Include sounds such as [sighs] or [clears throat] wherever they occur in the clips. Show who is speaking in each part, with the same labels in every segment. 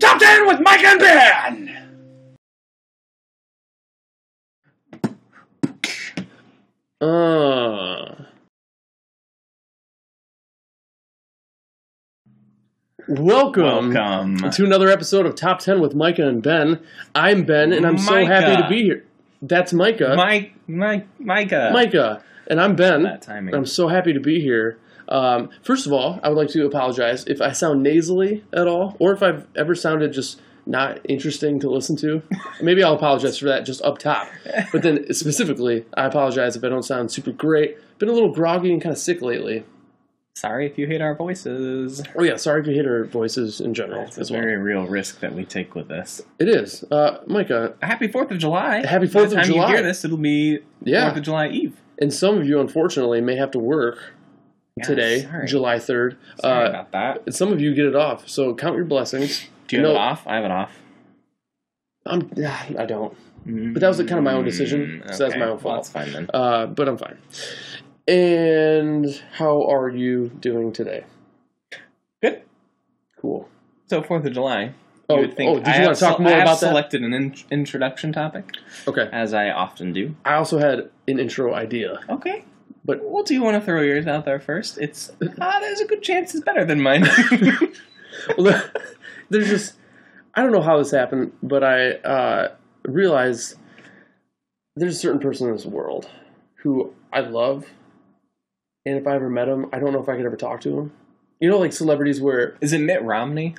Speaker 1: Locked in with Mike and Ben.
Speaker 2: Uh. Welcome,
Speaker 1: Welcome.
Speaker 2: to another episode of Top 10 with Micah and Ben. I'm Ben, and I'm so
Speaker 1: Micah.
Speaker 2: happy to be here. That's Micah.
Speaker 1: Mike, Mike, Micah.
Speaker 2: Micah. And I'm Ben.
Speaker 1: That timing.
Speaker 2: And I'm so happy to be here. Um, first of all, I would like to apologize if I sound nasally at all, or if I've ever sounded just not interesting to
Speaker 1: [laughs]
Speaker 2: listen to. Maybe I'll apologize for that just up top. But then specifically, I apologize if I don't sound super great. Been a little groggy and kind of sick lately.
Speaker 1: Sorry if you hate our voices.
Speaker 2: Oh yeah, sorry if you hate our voices in general
Speaker 1: It's a
Speaker 2: as well.
Speaker 1: very real risk that we take with this.
Speaker 2: It is, uh, Micah,
Speaker 1: Happy Fourth of July.
Speaker 2: Happy
Speaker 1: By
Speaker 2: 4th
Speaker 1: the
Speaker 2: of
Speaker 1: time
Speaker 2: July.
Speaker 1: you hear this, it'll be
Speaker 2: Yeah.
Speaker 1: Fourth of July Eve.
Speaker 2: and some of you unfortunately may have to work
Speaker 1: Yeah,
Speaker 2: today,
Speaker 1: sorry.
Speaker 2: July third.
Speaker 1: Sorry
Speaker 2: Uh,
Speaker 1: about that.
Speaker 2: and some of you get it off, so count your blessings.
Speaker 1: Do you
Speaker 2: no,
Speaker 1: have it off? I have it off.
Speaker 2: I'm, I don't. But that was kind of my own decision, so that's
Speaker 1: Hmm, Mm, okay.
Speaker 2: my own
Speaker 1: Well,
Speaker 2: fault.
Speaker 1: that's fine then.
Speaker 2: Uh, but I'm fine. And how are you doing today?
Speaker 1: Good.
Speaker 2: Cool.
Speaker 1: So Fourth of July.
Speaker 2: Oh,
Speaker 1: you would think
Speaker 2: oh, did
Speaker 1: I
Speaker 2: you
Speaker 1: have
Speaker 2: want to talk
Speaker 1: se-
Speaker 2: more
Speaker 1: I have
Speaker 2: about that?
Speaker 1: selected an in- introduction topic,
Speaker 2: Okay.
Speaker 1: as I often do.
Speaker 2: I also had an intro idea. [laughs]
Speaker 1: Okay.
Speaker 2: But-
Speaker 1: well, do you want to throw yours out there first? It's ah, there's a good chance it's better than mine. [laughs]
Speaker 2: Well, There's just I don't know how this happened, but I uh, realize there's a certain person in this world who I love, and if I ever met him, I don't know if I could ever talk to him. You know, like celebrities where
Speaker 1: Is it Mitt Romney?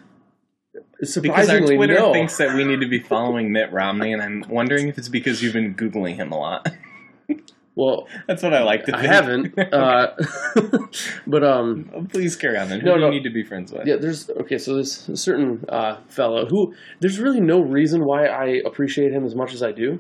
Speaker 1: Because our
Speaker 2: surprisingly
Speaker 1: Twitter
Speaker 2: no.
Speaker 1: thinks that we need to be following Mitt Romney, and I'm wondering if it's because you've been googling him a lot. [laughs]
Speaker 2: [laughs] Well,
Speaker 1: That's what I like to.
Speaker 2: I
Speaker 1: Think.
Speaker 2: [laughs]
Speaker 1: [laughs]
Speaker 2: haven't, uh, but um,
Speaker 1: Please carry on. Then. Who
Speaker 2: No,
Speaker 1: do
Speaker 2: no.
Speaker 1: you need to be friends with?
Speaker 2: Yeah, there's okay. So there's a certain uh, fellow who there's really no reason why I appreciate him as much as I do,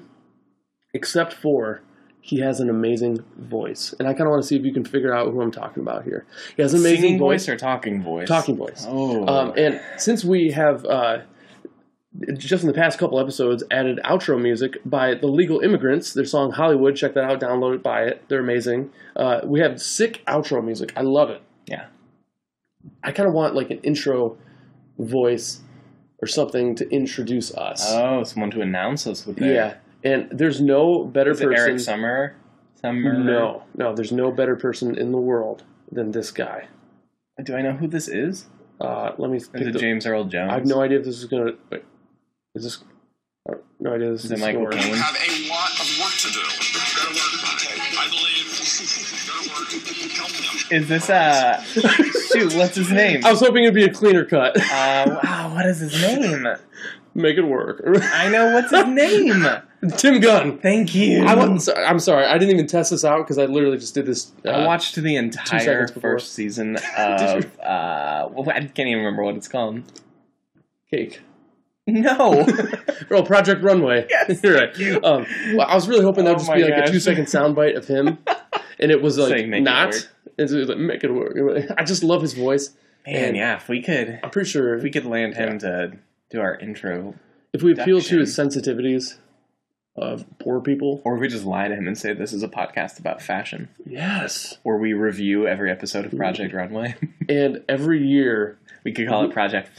Speaker 2: except for he has an amazing voice, and I kind of want to see if you can figure out who I'm talking about here. He has an amazing
Speaker 1: Singing
Speaker 2: voice,
Speaker 1: voice or talking voice?
Speaker 2: talking voice.
Speaker 1: Oh.
Speaker 2: Um, and since we have uh, just in the past couple episodes added outro music by the Legal Immigrants, their song Hollywood. Check that out. Download it. Buy it. They're amazing. Uh, we have sick outro music. I love it.
Speaker 1: yeah.
Speaker 2: I kind of want like an intro voice or something to introduce us.
Speaker 1: Oh, someone to announce us with. Their,
Speaker 2: yeah, and there's no better
Speaker 1: Is it
Speaker 2: person.
Speaker 1: Eric Summer? Summer.
Speaker 2: no, no, there's no better person in the world than this guy.
Speaker 1: Do I know who this is?
Speaker 2: Uh, let me.
Speaker 1: Is
Speaker 2: pick
Speaker 1: it
Speaker 2: the-
Speaker 1: James Earl Jones?
Speaker 2: I have no idea if this is gonna. Wait, is this? I have No idea. This
Speaker 1: Is
Speaker 2: is,
Speaker 1: it
Speaker 2: gonna
Speaker 1: Michael
Speaker 2: work.
Speaker 1: Caine? [laughs]
Speaker 3: You have a lot of work to do. Gotta work. I believe. Gotta work. Help them.
Speaker 1: Is this [laughs] uh shoot, what's his name?
Speaker 2: I was hoping it'd be a cleaner cut.
Speaker 1: Uh wow, what is his name?
Speaker 2: [laughs] Make it work.
Speaker 1: [laughs] I know what's his name.
Speaker 2: [laughs] Tim Gunn.
Speaker 1: [laughs] Thank you.
Speaker 2: I wasn't. so- I'm sorry. I didn't even test this out because I literally just did this. Uh,
Speaker 1: I watched the entire
Speaker 2: seconds before.
Speaker 1: first
Speaker 2: [laughs]
Speaker 1: season of uh well, I can't even remember what it's called.
Speaker 2: cake.
Speaker 1: [laughs] No.
Speaker 2: Oh, Project Runway.
Speaker 1: Yes,
Speaker 2: [laughs] You're right. Um, well, I was really hoping that would
Speaker 1: Oh
Speaker 2: just be
Speaker 1: my
Speaker 2: like
Speaker 1: gosh.
Speaker 2: a two second soundbite
Speaker 1: [laughs]
Speaker 2: of him, and it was like
Speaker 1: Saying, "Make it
Speaker 2: not.
Speaker 1: work."
Speaker 2: And so it was like, make it work. I just love his voice.
Speaker 1: Man, yeah, if we could
Speaker 2: I'm pretty sure
Speaker 1: if we could land him to do our intro
Speaker 2: if we appeal to
Speaker 1: production.
Speaker 2: his sensitivities of poor people,
Speaker 1: or if we just lie to him and say this is a podcast about fashion
Speaker 2: yes.
Speaker 1: where we review every episode of Project Runway. [laughs]
Speaker 2: And every year,
Speaker 1: We could call it Project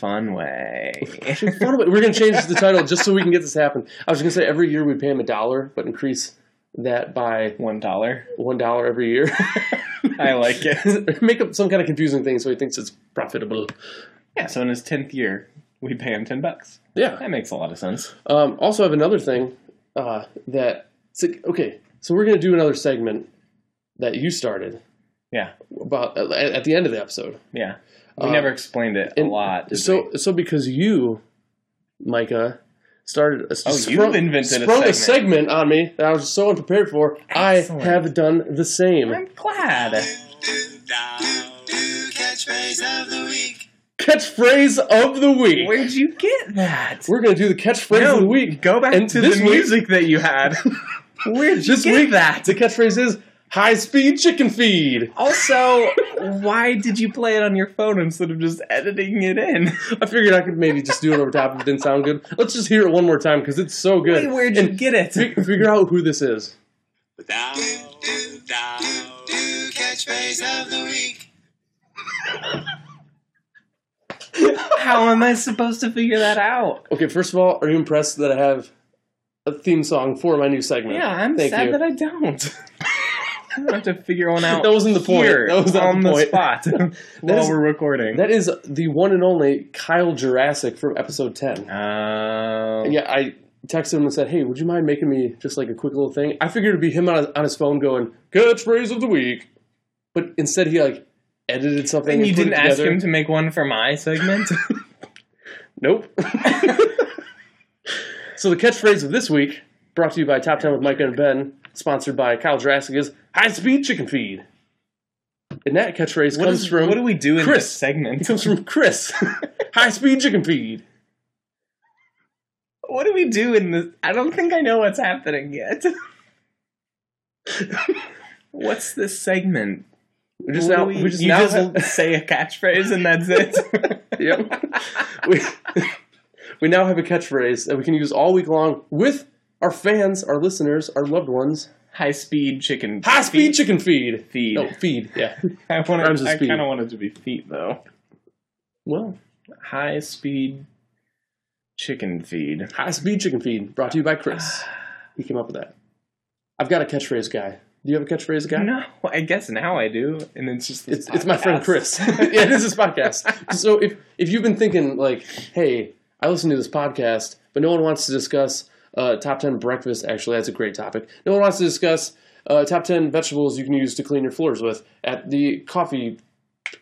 Speaker 1: Funway.
Speaker 2: [laughs] Actually, fun way- we're going to change the title just so we can get this happen. I was going to say every year we pay him a dollar, but increase that by
Speaker 1: One dollar.
Speaker 2: one dollar every year. [laughs]
Speaker 1: I like it.
Speaker 2: Make up some kind of confusing thing so he thinks it's profitable.
Speaker 1: Yeah, so in his tenth year, we pay him ten bucks.
Speaker 2: Yeah.
Speaker 1: That makes a lot of sense.
Speaker 2: Um, also, I have another thing uh, that it's like, okay, so we're gonna do another segment that you started
Speaker 1: Yeah,
Speaker 2: about at, at the end of the episode.
Speaker 1: yeah. We
Speaker 2: Uh,
Speaker 1: never explained it a
Speaker 2: and
Speaker 1: lot. did
Speaker 2: So,
Speaker 1: we?
Speaker 2: so because you, Micah, started a,
Speaker 1: Oh, you invented a
Speaker 2: sprung
Speaker 1: segment.
Speaker 2: segment on me that I was so unprepared for.
Speaker 1: Excellent.
Speaker 2: I have done the same.
Speaker 1: I'm glad.
Speaker 3: Catchphrase of the week.
Speaker 2: Catchphrase of the week.
Speaker 1: Where'd you get that?
Speaker 2: We're gonna do the catchphrase
Speaker 1: No,
Speaker 2: of the week.
Speaker 1: Go back
Speaker 2: And
Speaker 1: to
Speaker 2: this
Speaker 1: the
Speaker 2: week-
Speaker 1: music that you
Speaker 2: [laughs]
Speaker 1: had. Where'd you
Speaker 2: This
Speaker 1: get
Speaker 2: week-
Speaker 1: that?
Speaker 2: The catchphrase is high speed chicken feed.
Speaker 1: Also, why did you play it on your phone instead of just editing it in?
Speaker 2: I figured I could maybe just do it over top if it didn't sound good. Let's just hear it one more time because it's so good.
Speaker 1: Wait, where'd you
Speaker 2: And
Speaker 1: get it?
Speaker 2: fi- figure out who this is.
Speaker 3: Down, down. Catchphrase of the week.
Speaker 1: How am I supposed to figure that out?
Speaker 2: Okay, first of all, are you impressed that I have a theme song for my new segment?
Speaker 1: Yeah, I'm
Speaker 2: Thank
Speaker 1: sad
Speaker 2: you.
Speaker 1: that I
Speaker 2: [laughs]
Speaker 1: don't. I'm gonna have to figure one out.
Speaker 2: That wasn't the point.
Speaker 1: Here,
Speaker 2: That was not
Speaker 1: on
Speaker 2: the
Speaker 1: the,
Speaker 2: point. [laughs]
Speaker 1: spot [laughs] while
Speaker 2: is-
Speaker 1: we're recording.
Speaker 2: That is the one and only Kyle Jurassic from episode 10.
Speaker 1: Um,
Speaker 2: Yeah, I texted him and said, hey, would you mind making me just like a quick little thing? I figured it'd be him on his, on his phone going, catchphrase of the week. But instead he like edited something.
Speaker 1: And you
Speaker 2: put it
Speaker 1: didn't ask
Speaker 2: together.
Speaker 1: him to make one for my segment?
Speaker 2: Nope.
Speaker 1: [laughs]
Speaker 2: so the catchphrase of this week, brought to you by Top 10 with Micah and Ben, sponsored by Kyle Jurassic, is high speed chicken feed. And that catchphrase
Speaker 1: what,
Speaker 2: comes
Speaker 1: is,
Speaker 2: from
Speaker 1: what do we do in
Speaker 2: Chris.
Speaker 1: this segment?
Speaker 2: comes from Chris. [laughs] high speed chicken feed.
Speaker 1: [laughs] What do we do in this? I don't think I know what's happening yet. [laughs] what's this segment?
Speaker 2: We just
Speaker 1: What
Speaker 2: now
Speaker 1: do
Speaker 2: we just
Speaker 1: you
Speaker 2: now
Speaker 1: just [laughs]
Speaker 2: have-
Speaker 1: say a catchphrase and that's [laughs] it.
Speaker 2: yep. we, [laughs] we now have a catchphrase that we can use all week long with our fans, our listeners, our loved ones.
Speaker 1: High speed chicken.
Speaker 2: High speed chicken feed.
Speaker 1: feed.
Speaker 2: No, feed. Yeah.
Speaker 1: I want
Speaker 2: Rhymes with
Speaker 1: I
Speaker 2: speed.
Speaker 1: kind of wanted to be feet though.
Speaker 2: well,
Speaker 1: High speed chicken feed.
Speaker 2: High Speed Chicken Feed, brought to you by Chris. He came up with that. I've got a catchphrase guy. Do you have a catchphrase guy?
Speaker 1: No, I guess now I do, and it's just this
Speaker 2: It's, it's my friend
Speaker 1: podcast.
Speaker 2: Chris. [laughs] yeah, this is podcast. So if if you've been thinking like, hey, I listen to this podcast, but no one wants to discuss uh, top ten breakfast. Actually, that's a great topic. No one wants to discuss uh, top ten vegetables you can use to clean your floors with at the coffee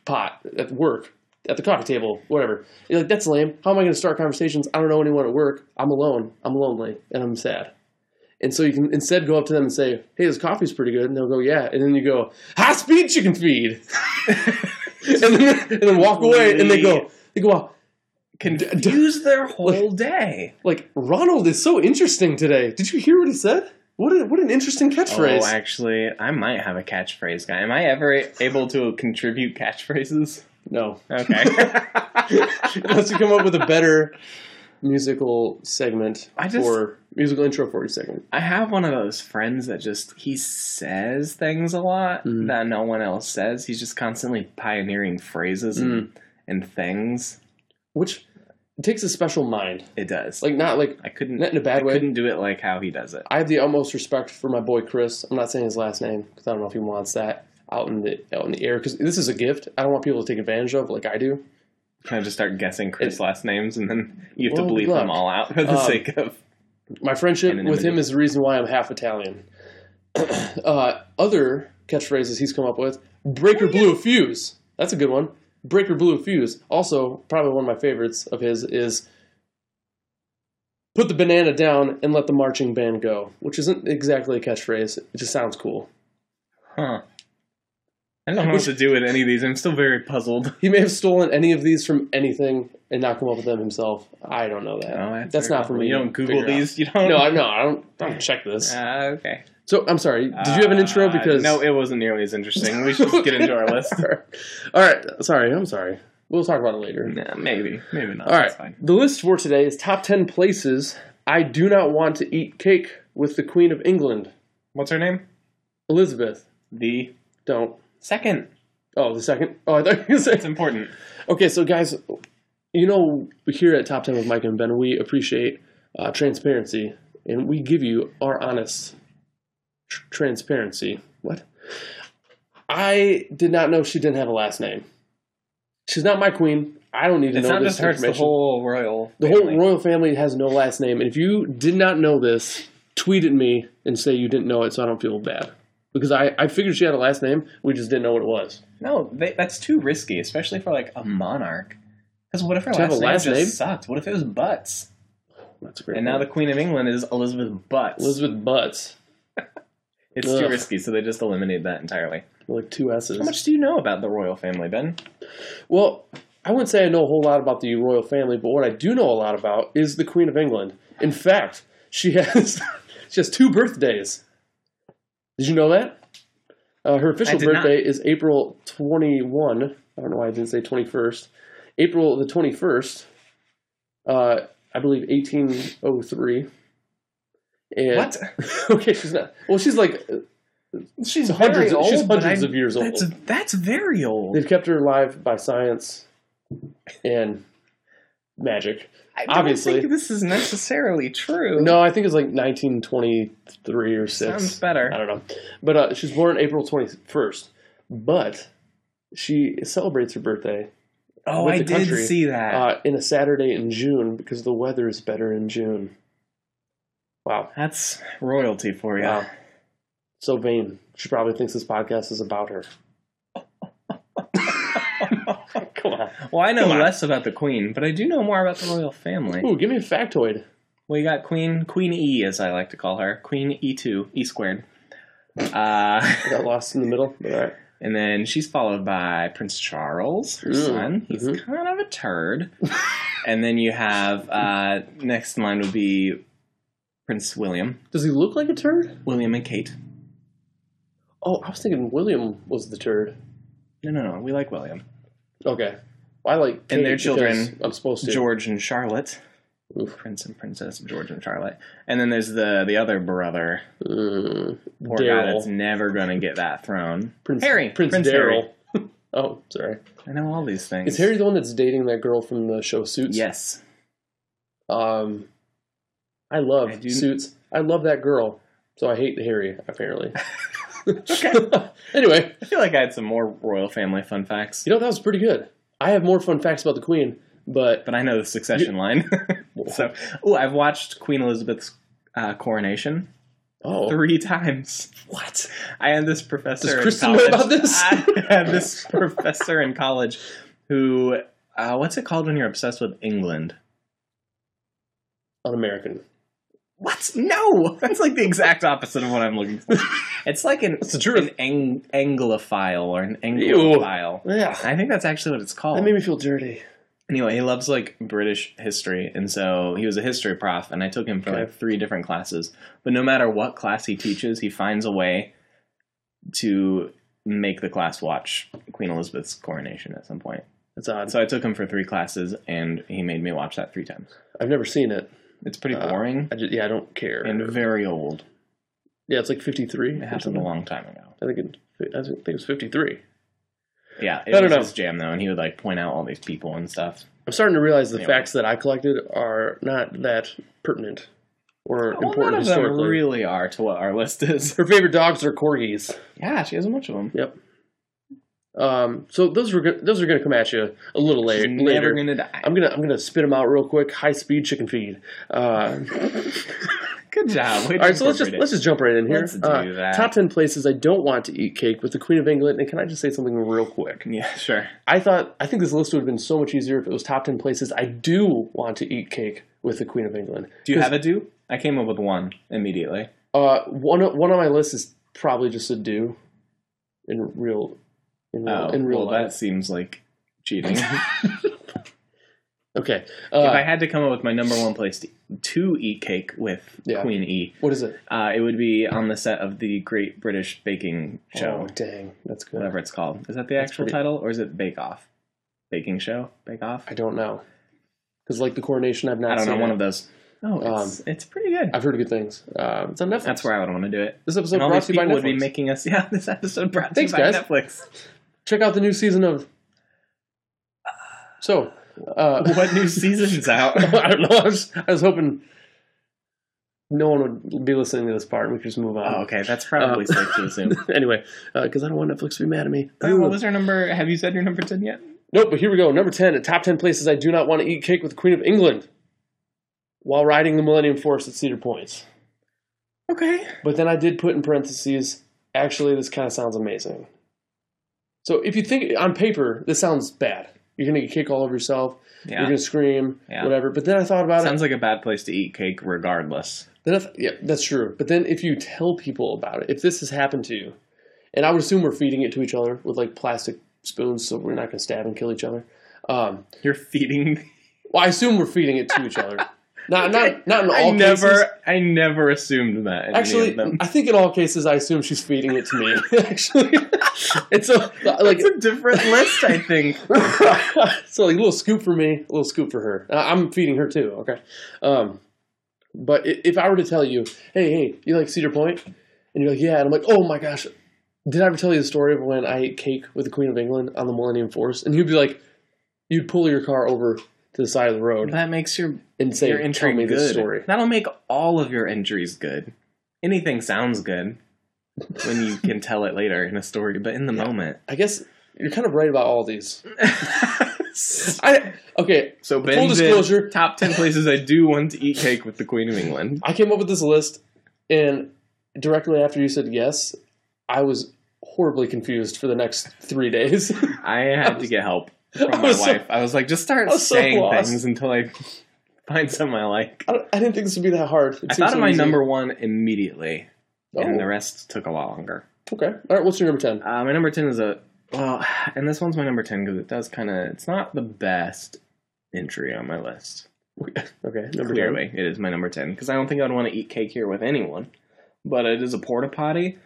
Speaker 2: pot at work, at the coffee table, whatever. You're like, that's lame. How am I going to start conversations? I don't know anyone at work. I'm alone. I'm lonely, and I'm sad. And so you can instead go up to them and say, "Hey, this coffee's pretty good," and they'll go, "Yeah." And then you go, "High speed
Speaker 1: [laughs]
Speaker 2: chicken feed," and, then, and then walk away, and they go, "They go, wow, [laughs]
Speaker 1: confuse their whole day.
Speaker 2: like Ronald is so interesting today. Did you hear what he said? What a, what an interesting catchphrase."
Speaker 1: Oh, actually, I might have a catchphrase guy. Am I ever able to contribute catchphrases?
Speaker 2: no, [laughs]
Speaker 1: Okay.
Speaker 2: unless you come up with a better musical segment
Speaker 1: I just-
Speaker 2: or musical intro for each segment.
Speaker 1: I have one of those friends that just he says things a lot
Speaker 2: Mm.
Speaker 1: that no one else says. He's just constantly pioneering phrases and,
Speaker 2: Mm.
Speaker 1: and things.
Speaker 2: Which takes a special mind,
Speaker 1: It does.
Speaker 2: like not like
Speaker 1: I couldn't
Speaker 2: not in a bad
Speaker 1: I
Speaker 2: way.
Speaker 1: couldn't do it like how he does it.
Speaker 2: I have the utmost respect for my boy Chris. I'm not saying his last name because I don't know if he wants that out in the out in the air because this is a gift. I don't want people to take advantage of like I do.
Speaker 1: Can I just start guessing Chris'
Speaker 2: It-
Speaker 1: last names and then you have
Speaker 2: Well,
Speaker 1: to bleep
Speaker 2: look,
Speaker 1: them all out for the
Speaker 2: um,
Speaker 1: sake of
Speaker 2: My friendship
Speaker 1: And an
Speaker 2: with him
Speaker 1: image.
Speaker 2: is the reason why I'm half Italian. [clears throat] uh, other catchphrases he's come up with: "Breaker blue fuse." That's a good one. "Breaker blue fuse." Also, probably one of my favorites of his is "Put the banana down and let the marching band go," which isn't exactly a catchphrase. It just sounds cool.
Speaker 1: huh. I don't know what to do with any of these. I'm still very puzzled.
Speaker 2: He may have stolen any of these from anything and not come up with them himself. I don't know that.
Speaker 1: Oh,
Speaker 2: that's
Speaker 1: very
Speaker 2: not for
Speaker 1: puzzled.
Speaker 2: me.
Speaker 1: You
Speaker 2: to
Speaker 1: don't Google
Speaker 2: figure out.
Speaker 1: these. You don't.
Speaker 2: No, I no, I don't. I don't check this.
Speaker 1: Ah, okay.
Speaker 2: So I'm sorry. Did you have an intro?
Speaker 1: Uh,
Speaker 2: Because
Speaker 1: no, it wasn't nearly as interesting. We should just get into our
Speaker 2: [laughs]
Speaker 1: list. [laughs]
Speaker 2: All right. Sorry. I'm sorry. We'll talk about it later.
Speaker 1: Nah, maybe, maybe not.
Speaker 2: All
Speaker 1: That's
Speaker 2: right.
Speaker 1: fine.
Speaker 2: The list for today is top ten places I do not want to eat cake with the Queen of England,
Speaker 1: What's her name?
Speaker 2: Elizabeth.
Speaker 1: The
Speaker 2: Don't.
Speaker 1: second.
Speaker 2: Oh, the second. Oh, I thought you were gonna say
Speaker 1: It's important.
Speaker 2: Okay, so guys, you know here at Top Ten with Mike and Ben, we appreciate uh, transparency, and we give you our honest tr- transparency. What? I did not know she didn't have a last name. She's not my queen. I don't need to
Speaker 1: It's
Speaker 2: know
Speaker 1: not
Speaker 2: this
Speaker 1: just her. It's the
Speaker 2: information.
Speaker 1: whole royal.
Speaker 2: The whole
Speaker 1: family.
Speaker 2: royal family has no last name, and if you did not know this, tweet at me and say you didn't know it, so I don't feel bad because I, I figured she had a last name. We just didn't know what it was.
Speaker 1: No, they, that's too risky, especially for like a monarch. Because what if her
Speaker 2: To have
Speaker 1: last,
Speaker 2: a last
Speaker 1: name
Speaker 2: name?
Speaker 1: just sucked? What if it was Butts?
Speaker 2: That's great.
Speaker 1: And now the Queen of England is Elizabeth Butts.
Speaker 2: Elizabeth Butts,
Speaker 1: it's too
Speaker 2: Ugh.
Speaker 1: risky, so they just eliminated that entirely.
Speaker 2: like two S's.
Speaker 1: How much do you know about the royal family, Ben?
Speaker 2: Well, I wouldn't say I know a whole lot about the royal family, but what I do know a lot about is the Queen of England. In fact, she has [laughs] she has two birthdays. Did you know that? Uh, her official
Speaker 1: did not.
Speaker 2: birthday is April 21. I don't know why I didn't say 21st. April the 21st, uh, I believe 1803. And,
Speaker 1: What?
Speaker 2: [laughs] okay, she's not. Well, she's like
Speaker 1: She's very
Speaker 2: hundreds. of, she's
Speaker 1: old, but
Speaker 2: hundreds
Speaker 1: I-
Speaker 2: of years old.
Speaker 1: That's that's very old.
Speaker 2: They've kept her alive by science and magic.
Speaker 1: I
Speaker 2: Obviously.
Speaker 1: don't think this is necessarily true.
Speaker 2: No, I think it's like 1923 or six.
Speaker 1: sounds better.
Speaker 2: I don't know. But uh, she's born April 21st. But she celebrates her birthday
Speaker 1: Oh,
Speaker 2: with
Speaker 1: I
Speaker 2: the
Speaker 1: did
Speaker 2: country,
Speaker 1: see that.
Speaker 2: uh, in a Saturday in June because the weather is better in June. Wow.
Speaker 1: That's royalty for you.
Speaker 2: Wow. So vain. She probably thinks this podcast is about her. Come on.
Speaker 1: [laughs] Well, I know
Speaker 2: Come on.
Speaker 1: less about the Queen, but I do know more about the royal family.
Speaker 2: Ooh, give me a factoid.
Speaker 1: We got Queen Queen E, as I like to call her, Queen E two E squared,
Speaker 2: [laughs]
Speaker 1: uh,
Speaker 2: I got lost in the middle. but All right.
Speaker 1: and then she's followed by Prince Charles, her
Speaker 2: Mm,
Speaker 1: son. He's
Speaker 2: mhm.
Speaker 1: kind of a
Speaker 2: [laughs]
Speaker 1: turd, and then you have uh, next in line would be Prince William,
Speaker 2: Does he look like a turd?
Speaker 1: William and Kate.
Speaker 2: Oh, I was thinking William was the turd.
Speaker 1: No, no, no. We like William,
Speaker 2: Okay. Well, I like
Speaker 1: And their
Speaker 2: Kate because
Speaker 1: children,
Speaker 2: I'm supposed to.
Speaker 1: George and Charlotte,
Speaker 2: Oof.
Speaker 1: Prince and Princess George and Charlotte, and then there's the the other brother,
Speaker 2: Mm,
Speaker 1: poor guy that's
Speaker 2: Daryl.
Speaker 1: never gonna get that throne.
Speaker 2: Prince
Speaker 1: Harry.
Speaker 2: Prince,
Speaker 1: Prince
Speaker 2: Daryl. [laughs] oh, sorry.
Speaker 1: I know all these things.
Speaker 2: Is Harry the one that's dating that girl from the show Suits?
Speaker 1: Yes.
Speaker 2: Um, I love
Speaker 1: I do-
Speaker 2: Suits. I love that girl. So I hate Harry,
Speaker 1: [laughs]
Speaker 2: apparently. [laughs] anyway,
Speaker 1: I feel like I had some more royal family fun facts,
Speaker 2: you know, that was pretty good. I have more fun facts about the Queen, but
Speaker 1: but I know the succession line. [laughs] so, oh, I've watched Queen Elizabeth's uh, coronation
Speaker 2: oh,
Speaker 1: three times. What? I had this professor.
Speaker 2: Does
Speaker 1: in
Speaker 2: Kristen know
Speaker 1: college-
Speaker 2: about
Speaker 1: [laughs]
Speaker 2: this?
Speaker 1: I had this professor in college who, uh, what's it called when you're obsessed with England?
Speaker 2: un-American.
Speaker 1: What? No, that's like the exact opposite of what I'm looking for. It's like an,
Speaker 2: the truth.
Speaker 1: an ang- Anglophile or an Anglophile.
Speaker 2: Yeah,
Speaker 1: I think that's actually what it's called.
Speaker 2: that made me feel dirty.
Speaker 1: Anyway, he loves like British history, and so he was a history prof, and I took him for
Speaker 2: Okay.
Speaker 1: like three different classes. But no matter what class he teaches, he finds a way to make the class watch Queen Elizabeth's coronation at some point.
Speaker 2: That's odd.
Speaker 1: So I took him for three classes, and he made me watch that three times.
Speaker 2: I've never seen it.
Speaker 1: It's pretty
Speaker 2: Uh,
Speaker 1: boring
Speaker 2: I just, yeah, I don't care.
Speaker 1: and very old.
Speaker 2: yeah, it's like 53.
Speaker 1: It
Speaker 2: or
Speaker 1: happened a
Speaker 2: something.
Speaker 1: long time ago.
Speaker 2: I think it, I think it was 53.
Speaker 1: Yeah, it
Speaker 2: I don't
Speaker 1: was
Speaker 2: know.
Speaker 1: his jam though, and he would like point out all these people and stuff.
Speaker 2: I'm starting to realize the
Speaker 1: Anyway.
Speaker 2: facts that I collected are not that pertinent or
Speaker 1: Well, none
Speaker 2: important
Speaker 1: of them
Speaker 2: historically.
Speaker 1: really are to what our list is.
Speaker 2: Her favorite dogs are corgis.
Speaker 1: [laughs] Yeah, she has a bunch of them.
Speaker 2: Yep. Um, so those were go- those are going to come at you a little late,
Speaker 1: Never
Speaker 2: later.
Speaker 1: gonna die.
Speaker 2: I'm gonna I'm gonna spit them out real quick. High speed chicken feed.
Speaker 1: [laughs]
Speaker 2: Uh,
Speaker 1: Good job. Way to
Speaker 2: all right, so let's just
Speaker 1: incorporate it.
Speaker 2: let's just jump right in here.
Speaker 1: Let's do
Speaker 2: Uh,
Speaker 1: that.
Speaker 2: Top ten places I don't want to eat cake with the Queen of England. And can I just say something real quick?
Speaker 1: Yeah, [laughs] sure.
Speaker 2: I thought I think this list would have been so much easier if it was top ten places I do want to eat cake with the Queen of England.
Speaker 1: Do you have a do? I came up with one immediately.
Speaker 2: Uh, one o- one on my list is probably just a do, in real, in real, in real
Speaker 1: Oh, well, that
Speaker 2: life.
Speaker 1: seems like [laughs] cheating. if
Speaker 2: Okay,
Speaker 1: I
Speaker 2: uh,
Speaker 1: had to come up with my number one place to, to eat cake with
Speaker 2: Yeah.
Speaker 1: Queen E,
Speaker 2: what is it?
Speaker 1: uh, it would be on the set of the Great British Baking Show,
Speaker 2: Oh, dang, that's good.
Speaker 1: whatever it's called. Is that the actual
Speaker 2: pretty-
Speaker 1: title, or is it Bake Off? Baking Show? Bake Off?
Speaker 2: I don't know, because like the coronation, I've not.
Speaker 1: I don't know.
Speaker 2: seen
Speaker 1: One
Speaker 2: it. Um,
Speaker 1: of those. No, it's, it's pretty good.
Speaker 2: I've heard good things. Uh, it's on Netflix.
Speaker 1: That's where I would want to do it.
Speaker 2: This episode
Speaker 1: And all
Speaker 2: brought
Speaker 1: these
Speaker 2: to you by
Speaker 1: people
Speaker 2: Netflix.
Speaker 1: would be making us. [laughs] Yeah, this episode brought
Speaker 2: Thanks,
Speaker 1: to you by
Speaker 2: guys.
Speaker 1: Netflix.
Speaker 2: Check out the new season of. So, uh,
Speaker 1: What new season's
Speaker 2: [laughs]
Speaker 1: out?
Speaker 2: I don't know. I was, I was hoping no one would be listening to this part. and We could just move on.
Speaker 1: Oh, okay, that's
Speaker 2: Uh,
Speaker 1: probably safe to
Speaker 2: [laughs]
Speaker 1: assume.
Speaker 2: anyway, because I don't want Netflix to be mad at me.
Speaker 1: Uh, what was our number? Have you said your number 10 yet?
Speaker 2: Nope, but here we go. Number 10, at top 10 places I do not want to eat cake with the Queen of England while riding the Millennium Force at Cedar Points.
Speaker 1: Okay.
Speaker 2: But then I did put in parentheses, actually, this kind of sounds amazing. So if you think on paper, this sounds bad. You're going to get cake all over yourself.
Speaker 1: Yeah.
Speaker 2: You're going to scream,
Speaker 1: Yeah.
Speaker 2: whatever. But then I thought about
Speaker 1: Sounds like a bad place to eat cake, regardless.
Speaker 2: it. Then I th- yeah, that's true. But then if you tell people about it, if this has happened to you, and I would assume we're feeding it to each other with like plastic spoons so we're not going to stab and kill each other. Um,
Speaker 1: You're feeding.
Speaker 2: Well, I assume we're feeding it to
Speaker 1: [laughs]
Speaker 2: each other. Not not not in [laughs] all
Speaker 1: I never,
Speaker 2: cases.
Speaker 1: I never assumed that. in any
Speaker 2: Actually,
Speaker 1: of them.
Speaker 2: I think in all cases, I assume she's feeding it to me. [laughs]
Speaker 1: [laughs]
Speaker 2: Actually, it's a like
Speaker 1: it's a different list. I
Speaker 2: [laughs]
Speaker 1: think.
Speaker 2: so like a little scoop for me, a little scoop for her. I- I'm feeding her too. Okay, um, but i- if I were to tell you, hey, hey, you like Cedar Point? And you're like, yeah, and I'm like, oh my gosh, did I ever tell you the story of when I ate cake with the Queen of England on the Millennium Force? And you'd be like, you'd pull your car over to the side of the road
Speaker 1: That makes your
Speaker 2: and say,
Speaker 1: your
Speaker 2: "Tell
Speaker 1: injury
Speaker 2: me
Speaker 1: good.
Speaker 2: this story."
Speaker 1: That'll make all of your injuries good. Anything sounds good when you can tell it later in a story, but in the
Speaker 2: [laughs]
Speaker 1: moment.
Speaker 2: I guess you're kind of right about all these. I okay.
Speaker 1: so Ben
Speaker 2: Full
Speaker 1: did
Speaker 2: disclosure.
Speaker 1: top ten places I do want to eat cake with the Queen of England.
Speaker 2: I came up with this list, and directly after you said yes, I was horribly confused for the next three days. [laughs]
Speaker 1: I had to get help from
Speaker 2: I
Speaker 1: my
Speaker 2: was so-
Speaker 1: wife. I was like, just start
Speaker 2: I was so
Speaker 1: saying
Speaker 2: lost.
Speaker 1: things until I find something I like.
Speaker 2: I, don't- I didn't think this would be that hard. It
Speaker 1: I
Speaker 2: seems
Speaker 1: thought
Speaker 2: so
Speaker 1: of my
Speaker 2: easy.
Speaker 1: number one immediately,
Speaker 2: Oh,
Speaker 1: and the rest took a lot longer.
Speaker 2: okay. All right. What's your number ten?
Speaker 1: Uh, my number ten is a well, [sighs] and this one's my number ten because it does kind of. It's not the best entry on my list.
Speaker 2: Okay. Number ten.
Speaker 1: Clearly, it is my number ten because I don't think I'd want to eat cake here with anyone. But it is a porta potty,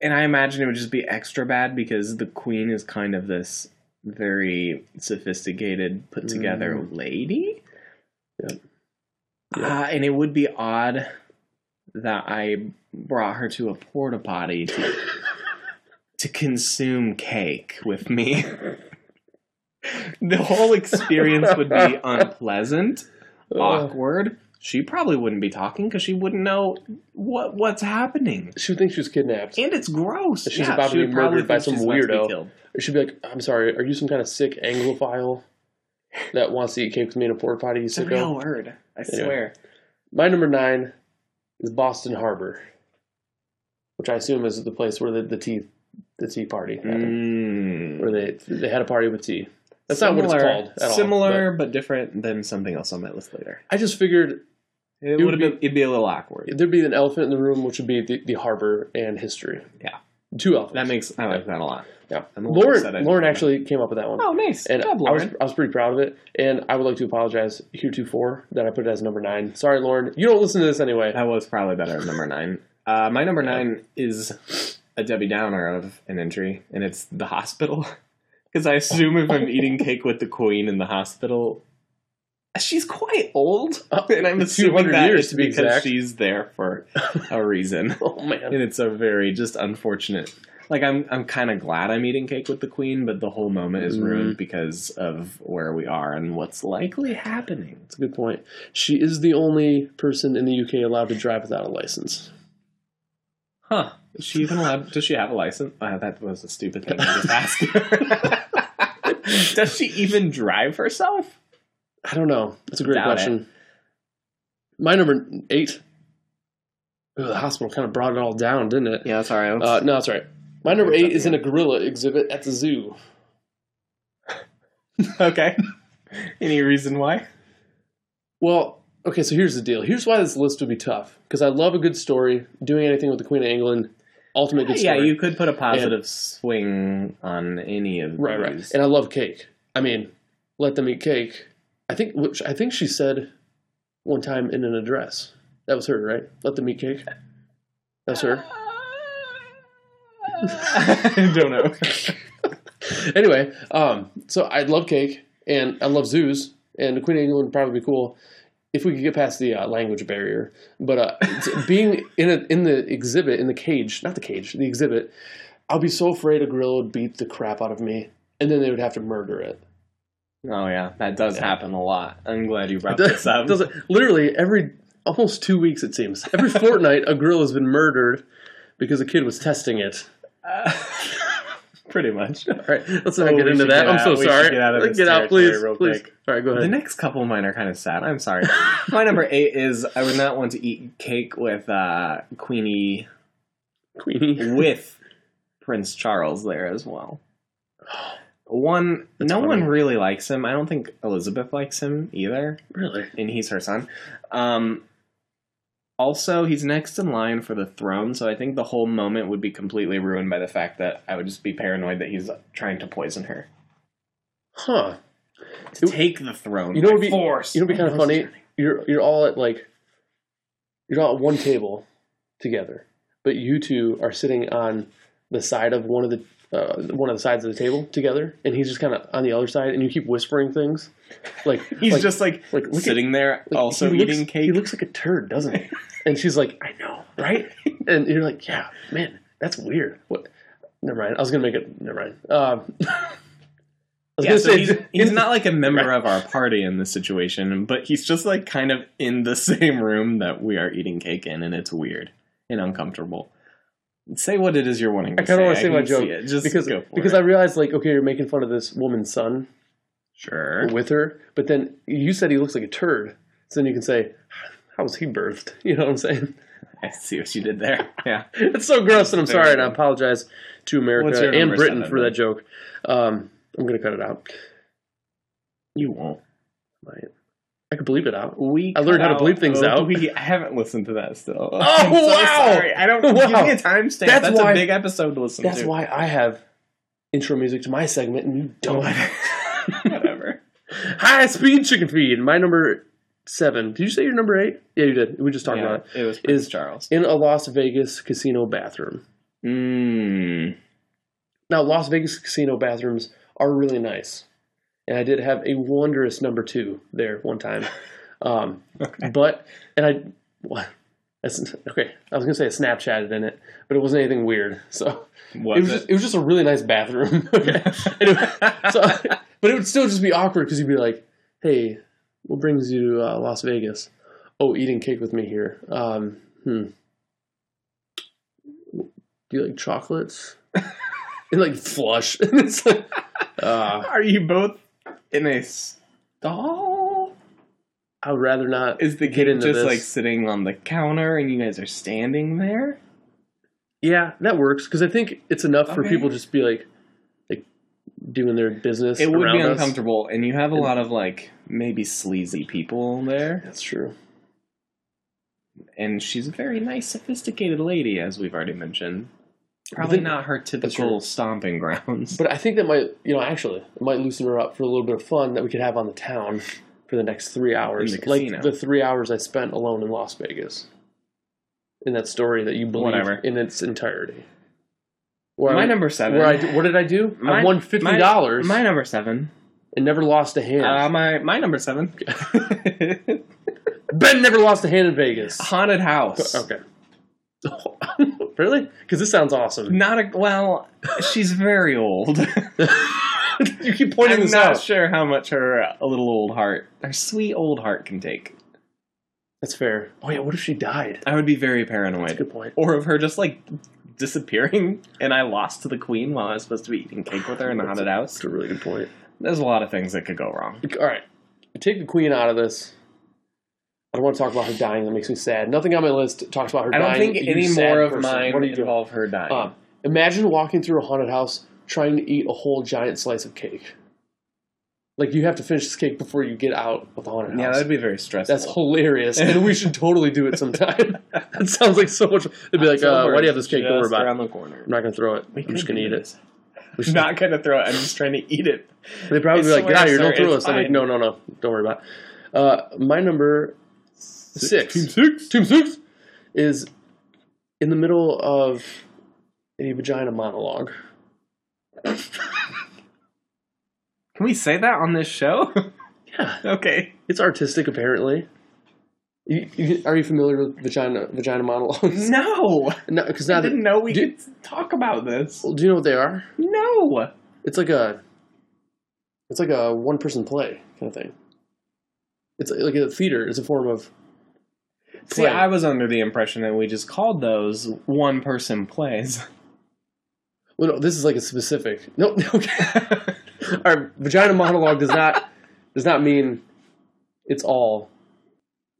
Speaker 1: and I imagine it would just be extra bad because the queen is kind of this very sophisticated, put together lady.
Speaker 2: Mm. Yep.
Speaker 1: Uh, and it would be odd that I brought her to a porta potty to, to consume cake with me. [laughs] the whole experience would
Speaker 2: [laughs]
Speaker 1: be unpleasant,
Speaker 2: Uh,
Speaker 1: awkward. She probably wouldn't be talking because she wouldn't know what what's happening,
Speaker 2: she would think she was kidnapped.
Speaker 1: and it's gross.
Speaker 2: She's about to
Speaker 1: she
Speaker 2: be
Speaker 1: would probably
Speaker 2: murdered by
Speaker 1: think
Speaker 2: some
Speaker 1: she's about to be
Speaker 2: weirdo.
Speaker 1: killed.
Speaker 2: Or she'd be like, "I'm sorry. Are you some kind of sick Anglophile that wants to eat cake with me in a porta potty? You
Speaker 1: It's a
Speaker 2: sicko."
Speaker 1: real word, I
Speaker 2: Anyway.
Speaker 1: swear.
Speaker 2: My number nine is Boston Harbor, which I assume is the place where the, the tea the tea party happened,
Speaker 1: Mm.
Speaker 2: where they they had a party with tea. That's not what it's
Speaker 1: Similar-
Speaker 2: called. At all,
Speaker 1: similar, but different than something else on my list later.
Speaker 2: but I just figured
Speaker 1: It,
Speaker 2: It
Speaker 1: would
Speaker 2: would
Speaker 1: be, it'd be a little awkward.
Speaker 2: there'd be an elephant in the room, which would be the, the harbor and history.
Speaker 1: Yeah.
Speaker 2: two elephants.
Speaker 1: That makes I like that a lot.
Speaker 2: yeah.
Speaker 1: I'm a little upset I
Speaker 2: Lauren
Speaker 1: didn't
Speaker 2: Lauren
Speaker 1: know that.
Speaker 2: actually came up with that one.
Speaker 1: Oh, nice.
Speaker 2: And
Speaker 1: Good job,
Speaker 2: I, was,
Speaker 1: Lauren.
Speaker 2: I was pretty proud of it, and I would like to apologize heretofore that I put it as number nine. Sorry, Lauren, you don't listen to this anyway.
Speaker 1: That was probably better than number nine. Uh, my number nine is a Debbie Downer of an entry, and it's the hospital. [laughs] Because I assume if I'm eating cake with the queen in the hospital, she's quite
Speaker 2: [laughs]
Speaker 1: old, and I'm
Speaker 2: 200
Speaker 1: assuming that
Speaker 2: years,
Speaker 1: it's
Speaker 2: to be
Speaker 1: because
Speaker 2: exact.
Speaker 1: she's there for
Speaker 2: [laughs]
Speaker 1: a reason.
Speaker 2: Oh man,
Speaker 1: and it's a very just unfortunate. Like I'm, I'm kind of glad I'm eating cake with the queen, but the whole moment is
Speaker 2: Mm-hmm.
Speaker 1: ruined because of where we are and what's likely happening.
Speaker 2: That's a good point. She is the only person in the UK allowed to drive without a license.
Speaker 1: Huh? Is she even allowed? Does she have a license? Uh, that was a stupid thing to just ask. [laughs] her. does she even drive herself?
Speaker 2: I don't know. That's a great
Speaker 1: Doubt
Speaker 2: question. My number eight. Ugh, the hospital kind of brought it all down, didn't it?
Speaker 1: Yeah, sorry.
Speaker 2: Uh, no, that's all right. My number
Speaker 1: Here's
Speaker 2: eight
Speaker 1: up
Speaker 2: is in a
Speaker 1: here.
Speaker 2: gorilla exhibit at the zoo.
Speaker 1: okay. Any reason why?
Speaker 2: Well, okay, so here's the deal. Here's why this list would be tough. Because I love a good story. Doing anything with the Queen of England, ultimate good
Speaker 1: Yeah,
Speaker 2: story.
Speaker 1: you could put a positive swing on any of
Speaker 2: Right, right.
Speaker 1: these.
Speaker 2: And I love cake. I mean, let them eat cake. I think which I think she said one time in an address. That was her, right? Let them eat cake. That's her.
Speaker 1: [laughs] I don't know.
Speaker 2: Anyway, um, so I love cake and I love zoos and the Queen of England would probably be cool if we could get past the uh, language barrier. But uh, [laughs] it's- being in a, in the exhibit in the cage, not the cage, the exhibit, I'll be so afraid a gorilla would beat the crap out of me, and then they would have to murder it.
Speaker 1: Oh yeah, that does happen a lot. I'm glad you brought
Speaker 2: Does-
Speaker 1: this up.
Speaker 2: [laughs] does it- literally every almost two weeks it seems [laughs] every fortnight a grill has been murdered because a kid was testing it.
Speaker 1: [laughs] Pretty much.
Speaker 2: All right, let's not
Speaker 1: Oh,
Speaker 2: get
Speaker 1: we
Speaker 2: into
Speaker 1: should
Speaker 2: that.
Speaker 1: get
Speaker 2: I'm
Speaker 1: out-
Speaker 2: so
Speaker 1: we should
Speaker 2: sorry.
Speaker 1: get out of this territory
Speaker 2: please,
Speaker 1: real
Speaker 2: please.
Speaker 1: quick.
Speaker 2: All right, go
Speaker 1: The
Speaker 2: ahead.
Speaker 1: next couple of mine are kind of sad. I'm [laughs] sorry. My number eight is I would not want to eat cake with uh, Queenie
Speaker 2: [laughs] Queenie.
Speaker 1: with Prince Charles there as well. One, no
Speaker 2: funny.
Speaker 1: one really likes him. I don't think Elizabeth likes him either.
Speaker 2: Really?
Speaker 1: and he's her son. Um, also, he's next in line for the throne, so I think the whole moment would be completely ruined by the fact that I would just be paranoid that he's trying to poison her
Speaker 2: Huh?
Speaker 1: to
Speaker 2: It-
Speaker 1: take the throne.
Speaker 2: You know
Speaker 1: by
Speaker 2: what'd be-
Speaker 1: force.
Speaker 2: You know, what'd be kind of funny. You're you're all at like you're all at one table together, but you two are sitting on the side of one of the. Uh, one of the sides of the table together, and he's just kind of on the other side, and you keep whispering things, like
Speaker 1: [laughs] He's
Speaker 2: like,
Speaker 1: just like,
Speaker 2: like, look at-
Speaker 1: sitting there,
Speaker 2: Like,
Speaker 1: also
Speaker 2: he looks-
Speaker 1: eating cake.
Speaker 2: He looks like a turd,
Speaker 1: [laughs]
Speaker 2: doesn't he? and she's like, I know, right? and you're like, yeah, [laughs] man, that's weird. What? Never mind. I was gonna make it. Never mind. Um, I was was
Speaker 1: Yeah,
Speaker 2: gonna
Speaker 1: so
Speaker 2: say, [laughs]
Speaker 1: he's, he's not like a member
Speaker 2: Right.
Speaker 1: of our party in this situation, but he's just like kind of in the [laughs] same room that we are eating cake in, and it's weird and uncomfortable. Say what it is you're wanting to
Speaker 2: I kind of want to say
Speaker 1: can
Speaker 2: my
Speaker 1: see
Speaker 2: joke
Speaker 1: it. Just
Speaker 2: because
Speaker 1: go for
Speaker 2: because
Speaker 1: it.
Speaker 2: I realized like okay, you're making fun of this woman's son
Speaker 1: sure.
Speaker 2: with her, but then you said he looks like a turd, so then you can say, how was he birthed? [laughs] You know what I'm saying?
Speaker 1: I see what you did there. Yeah.
Speaker 2: It's so gross, and I'm sorry, and I apologize to
Speaker 1: What's
Speaker 2: America
Speaker 1: your
Speaker 2: and
Speaker 1: number
Speaker 2: Britain
Speaker 1: seven?
Speaker 2: for that joke. Um, I'm gonna cut it out.
Speaker 1: You won't.
Speaker 2: Right. I could bleep it out.
Speaker 1: We
Speaker 2: I learned
Speaker 1: cut
Speaker 2: how to bleep things
Speaker 1: oh,
Speaker 2: out.
Speaker 1: We, [laughs] I haven't listened to that still. Oh [laughs] I'm so
Speaker 2: wow.
Speaker 1: Sorry. I don't
Speaker 2: Wow.
Speaker 1: give me a timestamp.
Speaker 2: That's
Speaker 1: That's,
Speaker 2: why-
Speaker 1: a big episode to listen
Speaker 2: That's
Speaker 1: to. [laughs]
Speaker 2: why I have intro music to my segment, and you don't.
Speaker 1: Whatever.
Speaker 2: High speed chicken feed. My number seven. Did you say your number eight? Yeah, you did. We just talked
Speaker 1: Yeah,
Speaker 2: about it.
Speaker 1: it was
Speaker 2: Is-
Speaker 1: Prince Charles.
Speaker 2: In a Las Vegas casino bathroom.
Speaker 1: Mm.
Speaker 2: Now, Las Vegas casino bathrooms are really nice, and I did have a wondrous number two there one time. Um,
Speaker 1: Okay.
Speaker 2: But and I, [laughs] what? That's, okay, I was gonna say I Snapchatted in it, but it wasn't anything weird. So
Speaker 1: Was
Speaker 2: it was just, it was just a really nice bathroom. [laughs] Okay. Anyway, so, but it would still just be awkward because you'd be like, "Hey, what brings you to uh, Las Vegas? Oh, eating cake with me here. Um, hmm. Do you
Speaker 1: [laughs]
Speaker 2: like chocolates?" and like flush, [laughs] and it's like, uh,
Speaker 1: Are you both in a stall?
Speaker 2: I would rather not.
Speaker 1: Is the
Speaker 2: Get
Speaker 1: kid
Speaker 2: into
Speaker 1: just
Speaker 2: this.
Speaker 1: like sitting on the counter and you guys are standing there?
Speaker 2: Yeah, that works because I think it's enough for
Speaker 1: Okay.
Speaker 2: people just to be like, like doing their business.
Speaker 1: It would be
Speaker 2: around us.
Speaker 1: uncomfortable, and you have a lot of like maybe sleazy people there.
Speaker 2: That's true.
Speaker 1: And she's a very nice, sophisticated lady, as we've already mentioned. Probably
Speaker 2: think-
Speaker 1: not her
Speaker 2: true.
Speaker 1: typical stomping grounds.
Speaker 2: But I think that might, you know, actually, it might loosen her up for a little bit of fun that we could have on the town for the next three hours,
Speaker 1: In the
Speaker 2: like
Speaker 1: casino.
Speaker 2: the three hours I spent alone in Las Vegas. In that story that you believe
Speaker 1: Whatever.
Speaker 2: in its entirety. Where
Speaker 1: my
Speaker 2: I,
Speaker 1: number seven.
Speaker 2: Where I, d- what did I do? [laughs] I
Speaker 1: my-
Speaker 2: won fifty dollars
Speaker 1: My, my number seven.
Speaker 2: and never lost a hand.
Speaker 1: Uh, my my number
Speaker 2: [laughs]
Speaker 1: seven.
Speaker 2: ben never lost a hand
Speaker 1: [sighs]
Speaker 2: in Vegas.
Speaker 1: Haunted house.
Speaker 2: Okay. [laughs] really? Because this sounds awesome.
Speaker 1: Not a well. She's very old.
Speaker 2: [laughs] you keep pointing
Speaker 1: I'm
Speaker 2: this
Speaker 1: not
Speaker 2: out.
Speaker 1: sure how much her uh, little old heart, her sweet old heart, can take.
Speaker 2: That's fair. Oh yeah, what if she died?
Speaker 1: I would be very paranoid,
Speaker 2: Good point.
Speaker 1: or of her just like disappearing, [laughs] and I lost to the queen while I was supposed to be eating cake with her in the haunted house.
Speaker 2: That's a really good point.
Speaker 1: There's a lot of things that could go wrong.
Speaker 2: All right, take the queen out of this. I don't want to talk about her dying. That makes me sad. Nothing on my list talks about her
Speaker 1: I don't
Speaker 2: dying.
Speaker 1: think
Speaker 2: you
Speaker 1: any
Speaker 2: sad
Speaker 1: more of
Speaker 2: person.
Speaker 1: mine
Speaker 2: What are you doing?
Speaker 1: involve her dying.
Speaker 2: Um, imagine walking through a haunted house trying to eat a whole giant slice of cake. Like you have to finish this cake before you get out of the haunted
Speaker 1: yeah,
Speaker 2: house.
Speaker 1: that'd be very stressful.
Speaker 2: That's hilarious, and we should totally
Speaker 1: [laughs]
Speaker 2: do it sometime. [laughs] that sounds like so much. They'd be like, uh,
Speaker 1: October
Speaker 2: "Why do you have this
Speaker 1: is
Speaker 2: cake? Don't worry
Speaker 1: just
Speaker 2: about it.
Speaker 1: around
Speaker 2: I'm
Speaker 1: the corner.
Speaker 2: not gonna throw it. I'm just gonna eat it." We
Speaker 1: I'm [laughs]
Speaker 2: should-
Speaker 1: not gonna throw it. I'm just trying to eat it.
Speaker 2: They probably
Speaker 1: I
Speaker 2: be like,
Speaker 1: swear,
Speaker 2: "Get out of here! Don't
Speaker 1: sir,
Speaker 2: throw
Speaker 1: it's
Speaker 2: us." I'm like,
Speaker 1: fine.
Speaker 2: "No, no, no! Don't worry about." It. Uh, my number six,
Speaker 1: Team six. Team six.
Speaker 2: is in the middle of a vagina monologue.
Speaker 1: Can we say that on this show? [laughs]
Speaker 2: Yeah,
Speaker 1: okay.
Speaker 2: it's artistic, apparently. You, you, are you familiar with vagina vagina monologues?
Speaker 1: No.
Speaker 2: No, because now
Speaker 1: I
Speaker 2: that,
Speaker 1: didn't know we
Speaker 2: do,
Speaker 1: could talk about this.
Speaker 2: do you know what they are?
Speaker 1: No.
Speaker 2: It's like a it's like a one person play kind of thing. It's like a theater. It's a form of
Speaker 1: See,
Speaker 2: play.
Speaker 1: I was under the impression that we just called those one person [laughs] plays.
Speaker 2: Well, no, this is like a specific. No, [laughs] okay. [laughs] Our vagina monologue does not does not mean it's all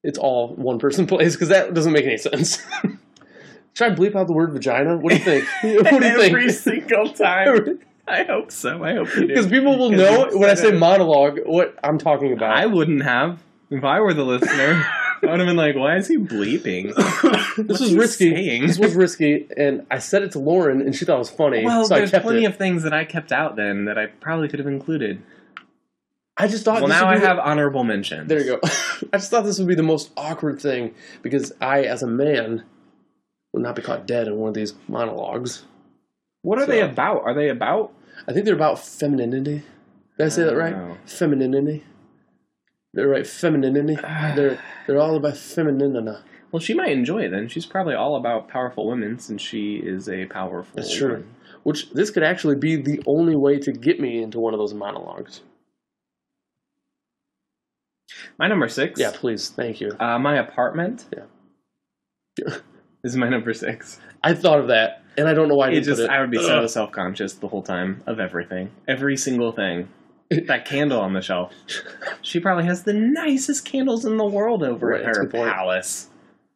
Speaker 2: it's all one person plays because that doesn't make any sense. [laughs] Should I bleep out the word vagina? What do
Speaker 1: [laughs]
Speaker 2: you think? what do you
Speaker 1: Every
Speaker 2: think?
Speaker 1: single [laughs] time. I hope so. I hope you do.
Speaker 2: Because people will
Speaker 1: 'Cause
Speaker 2: know
Speaker 1: you
Speaker 2: when I say
Speaker 1: said it.
Speaker 2: monologue what I'm talking about.
Speaker 1: I wouldn't have if I were the [laughs] listener. I would have been like, "Why is he bleeping?"
Speaker 2: [laughs] this
Speaker 1: What's
Speaker 2: was
Speaker 1: he
Speaker 2: risky.
Speaker 1: saying?
Speaker 2: This was risky, and I said it to Lauren, and she thought it was funny.
Speaker 1: Well,
Speaker 2: so I
Speaker 1: there's
Speaker 2: kept
Speaker 1: plenty
Speaker 2: it.
Speaker 1: of things that I kept out then that I probably could have included.
Speaker 2: I just thought.
Speaker 1: Well,
Speaker 2: this
Speaker 1: now
Speaker 2: would
Speaker 1: I
Speaker 2: be the-
Speaker 1: have honorable mentions.
Speaker 2: There you go. [laughs] I just thought this would be the most awkward thing because I, as a man, would not be caught dead in one of these monologues.
Speaker 1: What are they
Speaker 2: So-
Speaker 1: about? Are they about?
Speaker 2: I think they're about femininity. Did I say that right?
Speaker 1: Oh.
Speaker 2: Femininity. They're
Speaker 1: [sighs]
Speaker 2: right. Femininity. they're they're all about femininity.
Speaker 1: Well, she might enjoy it then. She's probably all about powerful women since she is a powerful.
Speaker 2: That's true.
Speaker 1: woman.
Speaker 2: which this could actually be the only way to get me into one of those monologues.
Speaker 1: My number six.
Speaker 2: Yeah, please. Thank you.
Speaker 1: Uh, my apartment. [laughs]
Speaker 2: Yeah.
Speaker 1: Is my number six.
Speaker 2: I thought of that, and I don't know why I
Speaker 1: It
Speaker 2: didn't
Speaker 1: just
Speaker 2: put it.
Speaker 1: I would be so
Speaker 2: Ugh.
Speaker 1: self conscious the whole time of everything, every single
Speaker 2: [laughs]
Speaker 1: thing. that candle on the shelf. She probably has the nicest candles in the world over
Speaker 2: Right,
Speaker 1: at
Speaker 2: that's a
Speaker 1: her
Speaker 2: good point.
Speaker 1: palace.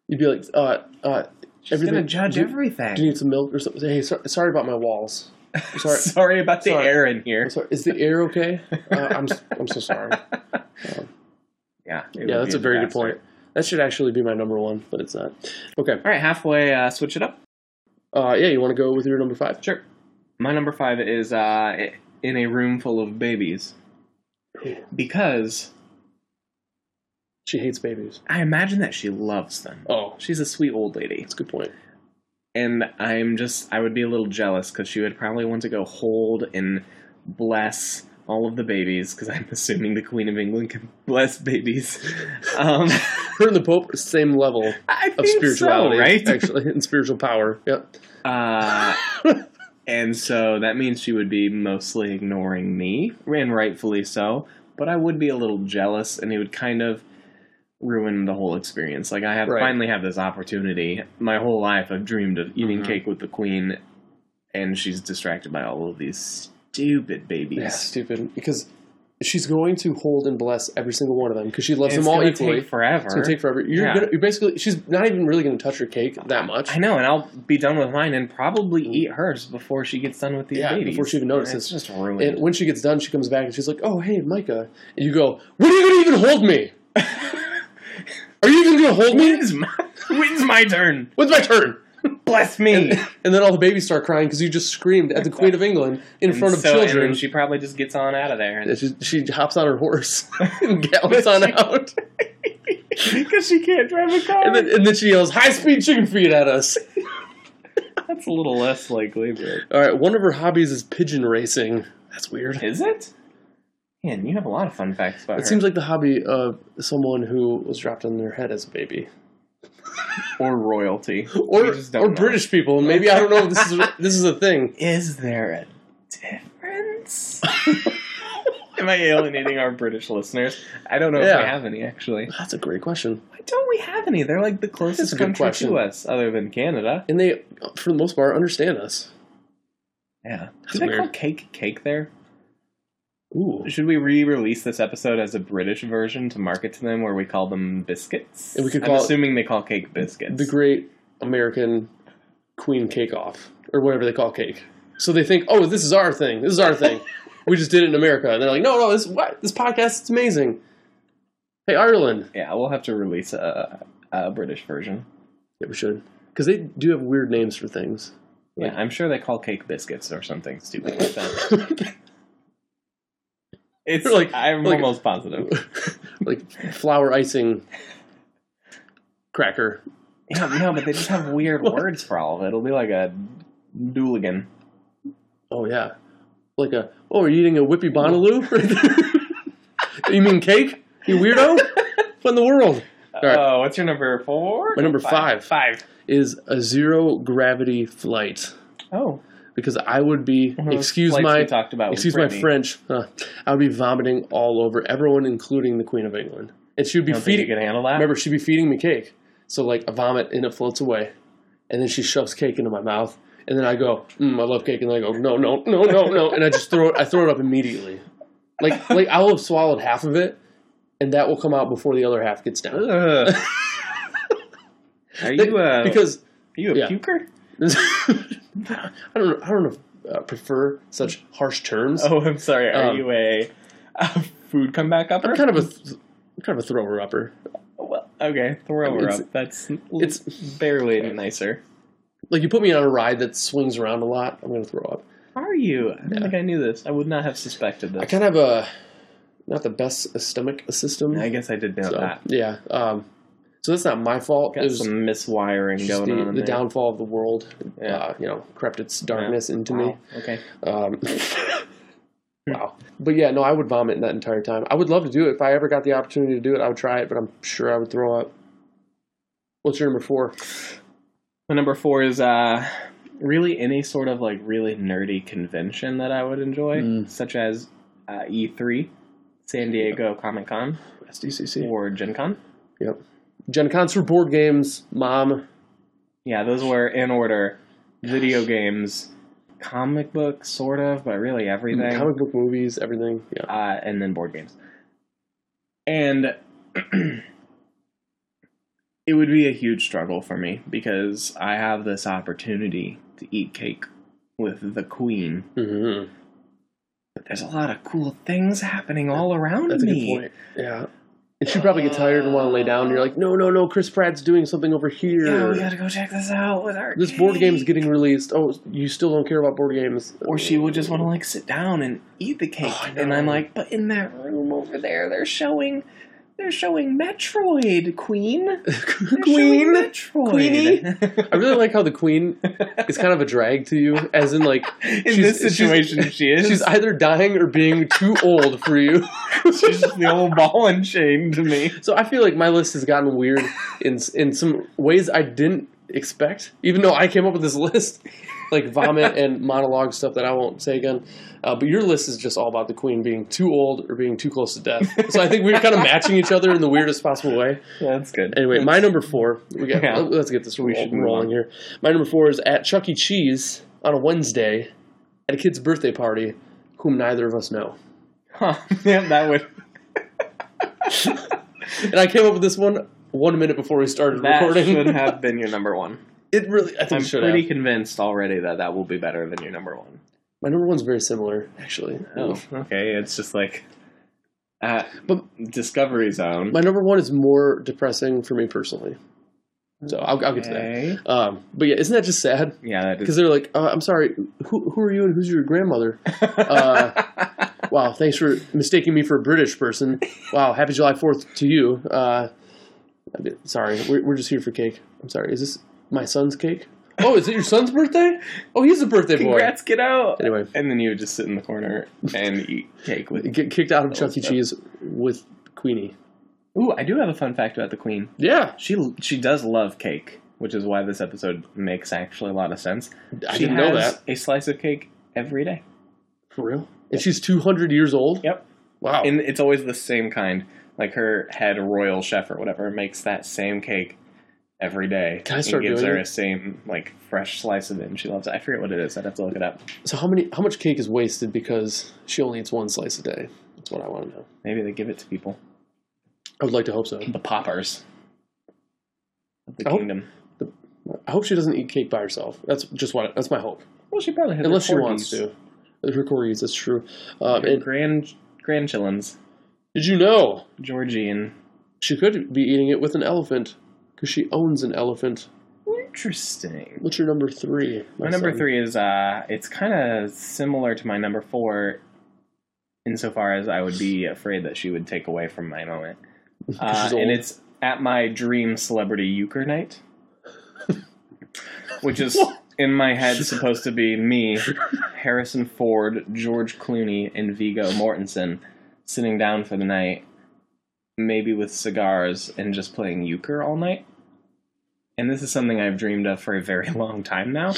Speaker 2: You'd be like, uh, uh,
Speaker 1: She's gonna judge
Speaker 2: do,
Speaker 1: everything.
Speaker 2: Do you need some milk or something? Hey, so, sorry about my walls. I'm
Speaker 1: [laughs]
Speaker 2: Sorry,
Speaker 1: sorry about the
Speaker 2: Sorry.
Speaker 1: air in here.
Speaker 2: I'm sorry. Is the air okay? Uh, I'm s- I'm
Speaker 1: [laughs]
Speaker 2: so sorry.
Speaker 1: Yeah, it would
Speaker 2: Yeah, that's
Speaker 1: be
Speaker 2: a very good
Speaker 1: disaster.
Speaker 2: point. That should actually be my number one, but it's not. Okay.
Speaker 1: All right, halfway, uh, switch it up.
Speaker 2: Uh, yeah, you want to go with your number five?
Speaker 1: Sure. My number five is uh, in a room full of babies because
Speaker 2: She hates babies.
Speaker 1: I imagine that she loves them.
Speaker 2: Oh,
Speaker 1: She's a sweet old lady,
Speaker 2: that's a good point.
Speaker 1: and I'm just I would be a little jealous because she would probably want to go hold and bless all of the babies because I'm [laughs] assuming the Queen of England can bless babies. [laughs] Um,
Speaker 2: Her and the Pope, are
Speaker 1: [laughs]
Speaker 2: same level
Speaker 1: I
Speaker 2: of
Speaker 1: think so,
Speaker 2: spirituality,
Speaker 1: right? [laughs]
Speaker 2: Actually, and spiritual power. Yep.
Speaker 1: Uh,
Speaker 2: [laughs]
Speaker 1: and so that means she would be mostly ignoring me, and rightfully so. But I would be a little jealous, and it would kind of ruin the whole experience. Like I have
Speaker 2: Right.
Speaker 1: finally have this opportunity. My whole life, I've dreamed of eating
Speaker 2: Mhm.
Speaker 1: cake with the queen, and she's distracted by all of these stupid babies.
Speaker 2: Yeah, stupid. Because she's going to hold and bless every single one of them because she loves
Speaker 1: It's
Speaker 2: them all
Speaker 1: gonna
Speaker 2: equally.
Speaker 1: take forever.
Speaker 2: It's gonna take forever. You're,
Speaker 1: Yeah.
Speaker 2: gonna, you're basically she's not even really gonna touch her cake that much.
Speaker 1: I know, and I'll be done with mine and probably eat hers before she gets done with these
Speaker 2: Yeah,
Speaker 1: babies.
Speaker 2: before she even notices.
Speaker 1: It's just ruined.
Speaker 2: And when she gets done, she comes back and she's like, "Oh, hey, Micah," and you go, "When are you gonna even hold
Speaker 1: [laughs]
Speaker 2: me? Are you even gonna hold me?
Speaker 1: when's my, when's my turn?
Speaker 2: When's my turn?"
Speaker 1: Bless me.
Speaker 2: And then all the babies start crying because you just screamed at the Queen of England in front of
Speaker 1: so,
Speaker 2: children.
Speaker 1: And then she probably just gets on out of there.
Speaker 2: And she, she hops on her horse
Speaker 1: [laughs]
Speaker 2: and gallops on out.
Speaker 1: Because she can't drive a car.
Speaker 2: And then, and then she yells, high speed chicken feet at us.
Speaker 1: That's a little less likely, but.
Speaker 2: All right, one of her hobbies is pigeon racing. That's weird.
Speaker 1: Is it? Man, you have a lot of fun facts about
Speaker 2: It
Speaker 1: her.
Speaker 2: seems like the hobby of someone who was dropped on their head as a baby,
Speaker 1: [laughs] or royalty. We
Speaker 2: or
Speaker 1: just don't
Speaker 2: or
Speaker 1: know.
Speaker 2: British people. Maybe I don't know if
Speaker 1: [laughs]
Speaker 2: this is this is a thing.
Speaker 1: Is there a [laughs] difference? Am I alienating our British listeners? I don't know if we
Speaker 2: Yeah.
Speaker 1: have any, actually.
Speaker 2: That's a great question.
Speaker 1: Why don't we have any? They're like the
Speaker 2: That's
Speaker 1: closest
Speaker 2: a good
Speaker 1: country
Speaker 2: question.
Speaker 1: to us, other than Canada.
Speaker 2: And they, for the most part, understand us.
Speaker 1: Yeah.
Speaker 2: That's
Speaker 1: Do they call
Speaker 2: weird.
Speaker 1: cake cake there?
Speaker 2: Ooh,
Speaker 1: Should we re-release this episode as a British version to market to them, where we call them biscuits?
Speaker 2: And we could
Speaker 1: I'm
Speaker 2: call it
Speaker 1: assuming they call cake biscuits.
Speaker 2: the great American Queen Cake Off, or whatever they call cake. So they think, oh, this is our thing. This is our thing. we just did it in America, and they're like, no, no, this what? This podcast is amazing. Hey, Ireland.
Speaker 1: yeah, we'll have to release a, a British version.
Speaker 2: Yeah, we should, because they do have weird names for things. [laughs]
Speaker 1: Yeah, I'm sure they call cake biscuits or something stupid like that.
Speaker 2: [laughs]
Speaker 1: It's
Speaker 2: They're like-
Speaker 1: like I'm
Speaker 2: like-
Speaker 1: almost
Speaker 2: [laughs]
Speaker 1: positive.
Speaker 2: like flour icing cracker.
Speaker 1: yeah, no, but they just have weird words for all of it. It'll be like a dooligan.
Speaker 2: Oh yeah, like a oh, are you eating a whippy bonaloo? [laughs] you mean cake? You weirdo! what in the world
Speaker 1: Oh,
Speaker 2: right.
Speaker 1: what's your number four?
Speaker 2: My number
Speaker 1: Five. Five.
Speaker 2: is a zero gravity flight?
Speaker 1: Oh,
Speaker 2: Because I would be
Speaker 1: one of Uh-huh. those
Speaker 2: excuse
Speaker 1: flights
Speaker 2: my
Speaker 1: we talked about. with
Speaker 2: excuse my
Speaker 1: Brittany.
Speaker 2: French. huh, I would be vomiting all over everyone, including the Queen of England, and she would be
Speaker 1: You don't think you
Speaker 2: feeding.
Speaker 1: can handle that?
Speaker 2: Remember, she'd be feeding me cake. So like I vomit and it floats away, and then she shoves cake into my mouth, and then I go, mm, I love cake, and then I go, no, no, no, no, no, and I just throw it. I throw it up immediately. Like like I will have swallowed half of it, and that will come out before the other half gets down.
Speaker 1: Ugh. Are you uh,
Speaker 2: because
Speaker 1: are you a
Speaker 2: yeah.
Speaker 1: puker?
Speaker 2: [laughs] I don't I don't know if, uh, prefer such harsh terms.
Speaker 1: Oh, I'm sorry. Are
Speaker 2: Um,
Speaker 1: you a, a food comeback upper?
Speaker 2: I'm kind of a th- I'm kind of a thrower upper.
Speaker 1: well, okay, thrower
Speaker 2: It's-
Speaker 1: up. That's
Speaker 2: it's-
Speaker 1: it's barely any nicer.
Speaker 2: Like you put me on a ride that swings around a lot, I'm gonna throw up.
Speaker 1: Are you? I don't think I knew this. I would not have suspected this.
Speaker 2: I kind of have a not the best stomach system.
Speaker 1: I guess I did know
Speaker 2: So,
Speaker 1: that.
Speaker 2: yeah. Um, so that's not my fault.
Speaker 1: Got
Speaker 2: it was
Speaker 1: some miswiring
Speaker 2: just
Speaker 1: going
Speaker 2: the,
Speaker 1: on.
Speaker 2: the
Speaker 1: there.
Speaker 2: downfall of the world.
Speaker 1: Yeah.
Speaker 2: Uh, you know, crept its darkness into me.
Speaker 1: Wow, Okay. [laughs]
Speaker 2: Um, [laughs] wow. But yeah, no, I would vomit that entire time. I would love to do it if I ever got the opportunity to do it. I would try it, but I'm sure I would throw up. What's your number four?
Speaker 1: My number four is uh, really any sort of like really nerdy convention that I would enjoy,
Speaker 4: Mm.
Speaker 1: such as uh, E3, San Diego Comic Con,
Speaker 2: SDCC.
Speaker 1: or Gen Con.
Speaker 2: Yep. Gen Cons for board games, mom.
Speaker 1: Yeah, those were in order video games, comic books, sort of, but really everything.
Speaker 2: Comic book movies, everything. Yeah.
Speaker 1: uh, and then board games. And [clears throat] it would be a huge struggle for me because I have this opportunity to eat cake with the queen.
Speaker 2: Mm-hmm.
Speaker 1: But there's a lot of cool things happening all around
Speaker 2: That's a good
Speaker 1: me.
Speaker 2: point. Yeah. And she probably get tired and want to lay down. And you're like, no, no, no. Chris Pratt's doing something over here.
Speaker 1: Yeah, we gotta go check this out with our
Speaker 2: this board
Speaker 1: cake.
Speaker 2: game's getting released. Oh, you still don't care about
Speaker 1: [laughs]
Speaker 2: board games?
Speaker 1: Or she would just want to like sit down and eat the cake,
Speaker 2: Oh, I
Speaker 1: and I'm
Speaker 2: know.
Speaker 1: like, but in that room over there, they're showing, they're showing Metroid, [laughs] Queen, They're showing
Speaker 2: Queen?
Speaker 1: Metroid. [laughs]
Speaker 2: Queenie? I really like how the queen is kind of a drag to you, as in like
Speaker 1: [laughs] in this situation [laughs] she is.
Speaker 2: [laughs] she's either dying or being too old for you. [laughs]
Speaker 1: she's just the old ball and chain to me.
Speaker 2: So I feel like my list has gotten weird in in some ways I didn't expect, even though I came up with this [laughs] list, like vomit and monologue stuff that I won't say again. Uh, but your list is just all about the queen being too old or being too close to death. So I think we're kind of matching each other in the weirdest possible way.
Speaker 1: That's good.
Speaker 2: Anyway, my number four. We got,
Speaker 1: Yeah.
Speaker 2: Let's get this roll-
Speaker 1: should move
Speaker 2: rolling
Speaker 1: on.
Speaker 2: here. My number four is at Chuck E. Cheese on a Wednesday at a kid's birthday party, whom neither of us know.
Speaker 1: [laughs] Huh. yeah, that would
Speaker 2: And I came up with this one one minute before we started
Speaker 1: that
Speaker 2: recording.
Speaker 1: should have been your number [laughs] one.
Speaker 2: [laughs] it really, I think,
Speaker 1: I'm
Speaker 2: should
Speaker 1: pretty
Speaker 2: have.
Speaker 1: convinced already that that will be better than your number one.
Speaker 2: My number one's very similar, actually.
Speaker 1: Oh, okay. It's just like uh,
Speaker 2: But
Speaker 1: Discovery Zone.
Speaker 2: my number one is more depressing for me personally. So I'll, I'll get to that.
Speaker 1: Okay.
Speaker 2: Um, but yeah, isn't that just sad?
Speaker 1: Yeah, that
Speaker 2: Because
Speaker 1: is.
Speaker 2: they're like, uh, I'm sorry, who, who are you and who's your grandmother? Uh, wow, thanks for mistaking me for a British person. Wow, happy July 4th to you. Uh, I mean, sorry, we're, we're just here for cake. I'm sorry, is this my son's cake? Oh, is it your son's birthday? Oh, he's a birthday boy.
Speaker 1: Congrats, get out.
Speaker 2: Anyway,
Speaker 1: And then you would just sit in the corner and eat cake with.
Speaker 2: get kicked out of Chuck E.
Speaker 1: stuff.
Speaker 2: Cheese with Queenie.
Speaker 1: [laughs] Ooh, I do have a fun fact about the Queen.
Speaker 2: Yeah,
Speaker 1: She she does love cake, which is why this episode makes actually a lot of sense.
Speaker 2: I
Speaker 1: she
Speaker 2: didn't
Speaker 1: has
Speaker 2: know that.
Speaker 1: a slice of cake every day.
Speaker 2: For real? And she's 200 years old?
Speaker 1: Yep.
Speaker 2: Wow.
Speaker 1: And it's always the same kind. Like her head royal chef or whatever makes that same cake every day.
Speaker 2: Can I start
Speaker 1: and gives
Speaker 2: doing
Speaker 1: her
Speaker 2: it?
Speaker 1: a same like fresh slice of it and she loves it. I forget what it is, I'd have to look it up.
Speaker 2: so how many? How much cake is wasted because she only eats one slice a day? That's what I want to know.
Speaker 1: Maybe they give it to people.
Speaker 2: I would like to hope so.
Speaker 1: The poppers. Of the
Speaker 2: Oh.
Speaker 1: kingdom.
Speaker 2: I hope she doesn't eat cake by herself. That's just what. That's my hope.
Speaker 1: Well she probably has her
Speaker 2: Unless she wants
Speaker 1: corgis.
Speaker 2: to. Her corgis. That's true. Uh,
Speaker 1: Her
Speaker 2: and
Speaker 1: grand grandchillins.
Speaker 2: did you know
Speaker 1: Georgie and
Speaker 2: she could be eating it with an elephant because she owns an elephant?
Speaker 1: interesting.
Speaker 2: What's your number three?
Speaker 1: My number
Speaker 2: son?
Speaker 1: three is uh, it's kind of similar to my number four, insofar as I would be afraid that she would take away from my
Speaker 2: [laughs]
Speaker 1: moment. Uh,
Speaker 2: She's old.
Speaker 1: and it's at my dream celebrity euchre
Speaker 2: [laughs]
Speaker 1: night, which is in my head supposed to be
Speaker 2: [laughs]
Speaker 1: me, Harrison Ford, George Clooney, and Vigo Mortensen sitting down for the night, maybe with cigars and just playing euchre all night. And this is something I've dreamed of for a very [laughs] long time now.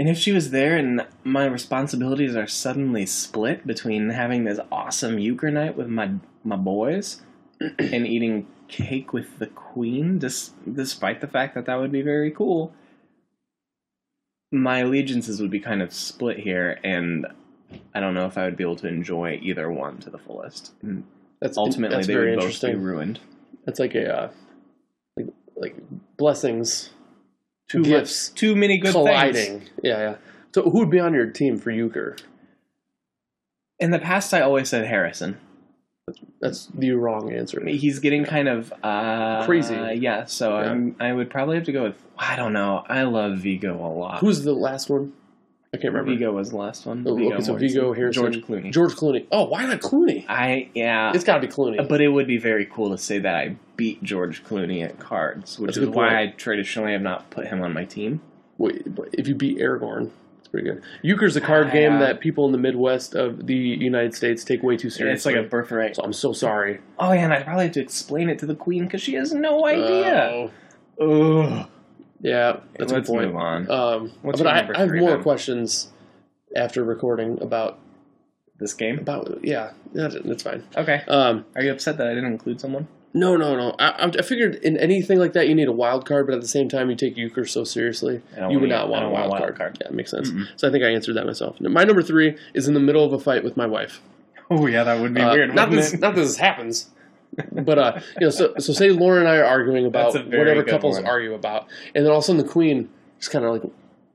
Speaker 1: And if she was there and my responsibilities are suddenly split between having this awesome euchre night with my my boys [clears throat] and eating cake with the queen, dis- despite the fact that that would be very cool, my allegiances would be kind of split here, and I don't know if I would be able to enjoy either one to the fullest. And
Speaker 2: That's
Speaker 1: ultimately,
Speaker 2: That's
Speaker 1: they
Speaker 2: very
Speaker 1: would both be
Speaker 2: interesting.
Speaker 1: ruined.
Speaker 2: that's like a uh, like like blessings
Speaker 1: Too
Speaker 2: Gifts
Speaker 1: much, too many good things.
Speaker 2: colliding. Yeah, yeah. So who would be on your team for euchre?
Speaker 1: In the past, I always said Harrison.
Speaker 2: That's the wrong answer.
Speaker 1: He's getting kind of uh,
Speaker 2: Crazy.
Speaker 1: Yeah, so
Speaker 2: Yeah.
Speaker 1: I'm, I would probably have to go with. I don't know. I love Vigo a lot.
Speaker 2: Who's the last one? I can't remember.
Speaker 1: Vigo was the last one.
Speaker 2: Oh, okay, so
Speaker 1: Mortensen.
Speaker 2: Vigo Harrison,
Speaker 1: George Clooney.
Speaker 2: George Clooney. Oh, why not Clooney?
Speaker 1: I yeah.
Speaker 2: It's got to be Clooney.
Speaker 1: Uh, but it would be very cool to say that I beat George Clooney at cards, which
Speaker 2: That's a
Speaker 1: is
Speaker 2: good
Speaker 1: why I
Speaker 2: point.
Speaker 1: traditionally have not put him on my team.
Speaker 2: Wait, but if you beat Aragorn, it's pretty good. Euchre's a card game
Speaker 1: Yeah.
Speaker 2: that people in the Midwest of the United States take way too
Speaker 1: It's
Speaker 2: seriously.
Speaker 1: like a birthright.
Speaker 2: So I'm so sorry.
Speaker 1: Oh yeah, and I'd probably have to explain it to the queen because she has no idea.
Speaker 2: Oh.
Speaker 1: Ugh.
Speaker 2: Uh, Yeah, that's a good
Speaker 1: Let's
Speaker 2: point.
Speaker 1: move on.
Speaker 2: Um,
Speaker 1: What's
Speaker 2: but
Speaker 1: your
Speaker 2: I,
Speaker 1: number
Speaker 2: I have
Speaker 1: three,
Speaker 2: more
Speaker 1: then?
Speaker 2: questions after recording about
Speaker 1: this game.
Speaker 2: about yeah. That's, that's fine.
Speaker 1: Okay.
Speaker 2: Um,
Speaker 1: Are you upset that I didn't include someone?
Speaker 2: no, no, no. I, I- I figured in anything like that you need a wild card, but at the same time you take euchre so seriously,
Speaker 1: I don't
Speaker 2: you would
Speaker 1: wanna-
Speaker 2: not want
Speaker 1: I
Speaker 2: a
Speaker 1: don't
Speaker 2: wild,
Speaker 1: want a wild
Speaker 2: card.
Speaker 1: card.
Speaker 2: Yeah, it makes sense. So I think I answered that myself. My number three is in the middle of a fight with my wife.
Speaker 1: Oh yeah, that would be
Speaker 2: Uh,
Speaker 1: weird.
Speaker 2: Not
Speaker 1: wouldn't
Speaker 2: this,
Speaker 1: it?
Speaker 2: not that this happens, [laughs] but uh, you know, so so say Laura and I are arguing about
Speaker 1: That's a very
Speaker 2: whatever
Speaker 1: good
Speaker 2: couples
Speaker 1: one.
Speaker 2: argue about, and then all of a sudden the queen just kind of like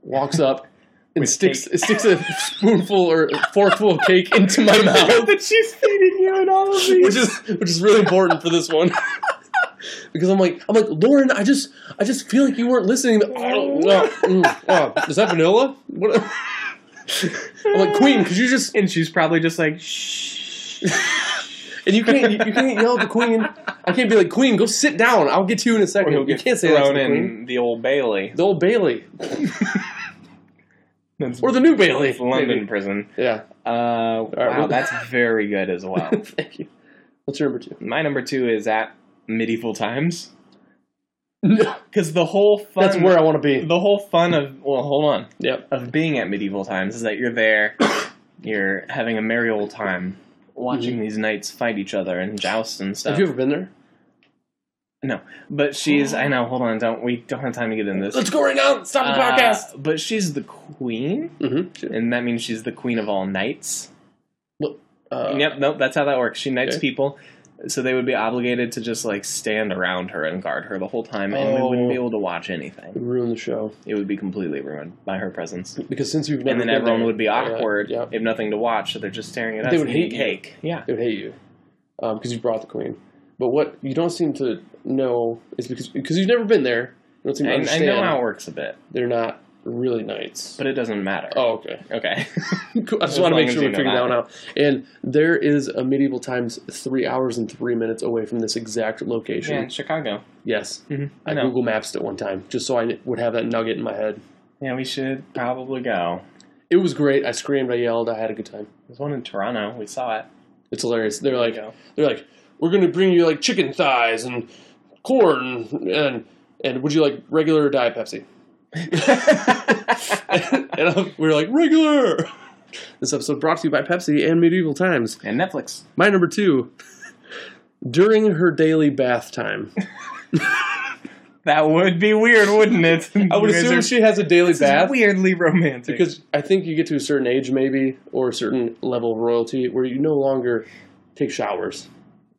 Speaker 2: walks up and
Speaker 1: With
Speaker 2: sticks sticks a spoonful or a forkful of cake into
Speaker 1: [laughs]
Speaker 2: my mouth,
Speaker 1: that she's feeding you [laughs] and all of
Speaker 2: which
Speaker 1: these.
Speaker 2: is which is really important for this one. [laughs] Because I'm like I'm like Lauren, I just I just feel like you weren't listening. But, oh, no, mm, oh, is that vanilla? What? [laughs] I'm like Queen, could you just
Speaker 1: and she's probably just like,
Speaker 2: [laughs]
Speaker 1: shh.
Speaker 2: And you can't you, you can't yell at the queen. I can't be like queen, go sit down. I'll get to you in a
Speaker 1: Or
Speaker 2: second.
Speaker 1: he'll
Speaker 2: You
Speaker 1: get
Speaker 2: can't say that to
Speaker 1: thrown
Speaker 2: the queen.
Speaker 1: in the old Bailey.
Speaker 2: The old Bailey
Speaker 1: That's [laughs]
Speaker 2: or the new Bailey.
Speaker 1: London
Speaker 2: maybe.
Speaker 1: prison.
Speaker 2: Yeah. [laughs]
Speaker 1: Uh, wow,
Speaker 2: well- [laughs]
Speaker 1: that's very good as well.
Speaker 2: Thank you. What's your
Speaker 1: [laughs]
Speaker 2: number two?
Speaker 1: My number two is at medieval times
Speaker 2: No,
Speaker 1: because the whole fun.
Speaker 2: that's where I want to be.
Speaker 1: the whole fun of well, hold on,
Speaker 2: Yep.
Speaker 1: of being at medieval times is that you're
Speaker 2: [coughs]
Speaker 1: there, you're having a merry old time, watching these knights fight each other and joust and stuff.
Speaker 2: Mhm. Have you ever been there?
Speaker 1: No, but
Speaker 2: [gasps]
Speaker 1: she's. I know. Hold on. Don't we don't have time to get into this.
Speaker 2: Let's go right now. Stop the
Speaker 1: Uh,
Speaker 2: podcast.
Speaker 1: But she's the queen,
Speaker 2: Mm-hmm.
Speaker 1: and that means she's the queen of all knights.
Speaker 2: Uh,
Speaker 1: yep. Nope. That's how that works. She knights
Speaker 2: okay.
Speaker 1: people, so they would be obligated to just like stand around her and guard her the whole time, and we
Speaker 2: Oh.
Speaker 1: wouldn't be able to watch
Speaker 2: we
Speaker 1: anything.
Speaker 2: Ruin the show
Speaker 1: It would be completely ruined by her presence.
Speaker 2: because since we've never
Speaker 1: and then
Speaker 2: been
Speaker 1: everyone
Speaker 2: there-
Speaker 1: would be
Speaker 2: Yeah,
Speaker 1: awkward
Speaker 2: Yeah,
Speaker 1: if nothing to watch, so they're just staring at
Speaker 2: They
Speaker 1: us.
Speaker 2: would
Speaker 1: and eating
Speaker 2: hate you.
Speaker 1: cake. Yeah.
Speaker 2: they would hate you because you brought the queen. But what you don't seem to know is because because you've never been there. You don't seem to
Speaker 1: And I
Speaker 2: understand.
Speaker 1: know how it works a bit,
Speaker 2: they're not really knights.
Speaker 1: but it doesn't matter.
Speaker 2: Oh, okay.
Speaker 1: Okay. [laughs]
Speaker 2: Cool. I
Speaker 1: As
Speaker 2: just want
Speaker 1: long
Speaker 2: to make
Speaker 1: as
Speaker 2: sure
Speaker 1: you
Speaker 2: we
Speaker 1: know
Speaker 2: figure that
Speaker 1: that.
Speaker 2: one out. And there is a medieval times three hours and three minutes away from this exact location.
Speaker 1: yeah, in Chicago.
Speaker 2: Yes,
Speaker 1: Mhm.
Speaker 2: I,
Speaker 1: I know.
Speaker 2: Google Maps it one time just so I would have that nugget in my head.
Speaker 1: Yeah, we should probably go.
Speaker 2: It was great. I screamed. I yelled. I had a good time.
Speaker 1: There's one in Toronto. We saw it.
Speaker 2: It's hilarious. They're like,
Speaker 1: go.
Speaker 2: they're like, we're gonna bring you like chicken thighs and corn and and would you like regular or diet Pepsi? [laughs]
Speaker 1: [laughs]
Speaker 2: and I- we were like regular. [laughs] This episode brought to you by Pepsi and Medieval Times.
Speaker 1: and Netflix.
Speaker 2: My number two, [laughs] during her daily bath time.
Speaker 1: That would be weird, wouldn't it?
Speaker 2: [laughs] I would assume she has a daily bath
Speaker 1: weirdly romantic.
Speaker 2: because I think you get to a certain age, maybe, or a certain level of royalty where you no longer take showers.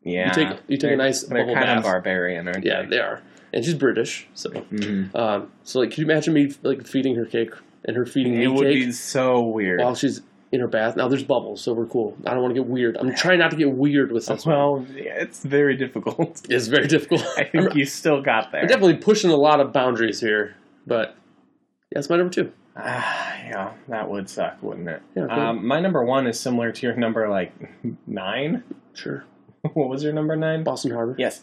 Speaker 1: yeah,
Speaker 2: take- you take a
Speaker 1: They're-
Speaker 2: nice
Speaker 1: They're
Speaker 2: bubble
Speaker 1: kind of
Speaker 2: bath.
Speaker 1: barbarian, aren't
Speaker 2: Yeah,
Speaker 1: they?
Speaker 2: they are, and she's British, so.
Speaker 1: Mhm.
Speaker 2: Um, so like, can you imagine me like feeding her cake and her feeding
Speaker 1: It
Speaker 2: me
Speaker 1: would
Speaker 2: cake
Speaker 1: be so weird.
Speaker 2: while she's in her bath? Now there's bubbles, so we're cool. I don't want to get weird. I'm trying not to get weird with this.
Speaker 1: Well, yeah, it's very difficult. [laughs]
Speaker 2: It's very difficult.
Speaker 1: Uh-huh. I
Speaker 2: I'm,
Speaker 1: think you still got there.
Speaker 2: [laughs] I'm definitely pushing a lot of boundaries here, but yeah, that's my number two.
Speaker 1: Ah, yeah, that would suck, wouldn't it?
Speaker 2: Yeah, it would.
Speaker 1: um, my number one is similar to your number like [laughs] nine. [laughs]
Speaker 2: Sure,
Speaker 1: what was your number nine?
Speaker 2: Boston Harbor.
Speaker 1: Yes,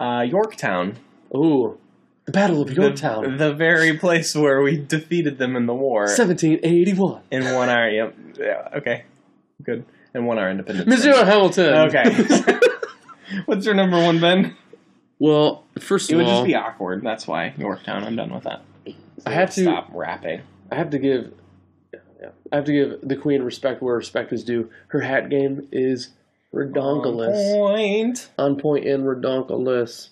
Speaker 1: uh, Yorktown.
Speaker 2: Ooh, the Battle of
Speaker 1: The-
Speaker 2: Yorktown,
Speaker 1: the very place where we defeated them in the war.
Speaker 2: 1781.
Speaker 1: In one hour, yep. Yeah, okay. Good. In one hour independence.
Speaker 2: Monsieur Hamilton.
Speaker 1: Okay. [laughs] What's your number one then?
Speaker 2: Well, first
Speaker 1: It
Speaker 2: of
Speaker 1: would
Speaker 2: all,
Speaker 1: just be awkward. That's why Yorktown. I'm done with that.
Speaker 2: I have to.
Speaker 1: stop rapping.
Speaker 2: I have to give. yeah, I have to give the queen respect where respect is due. Her hat game is redonkulous.
Speaker 1: Point.
Speaker 2: on point and redonkulous.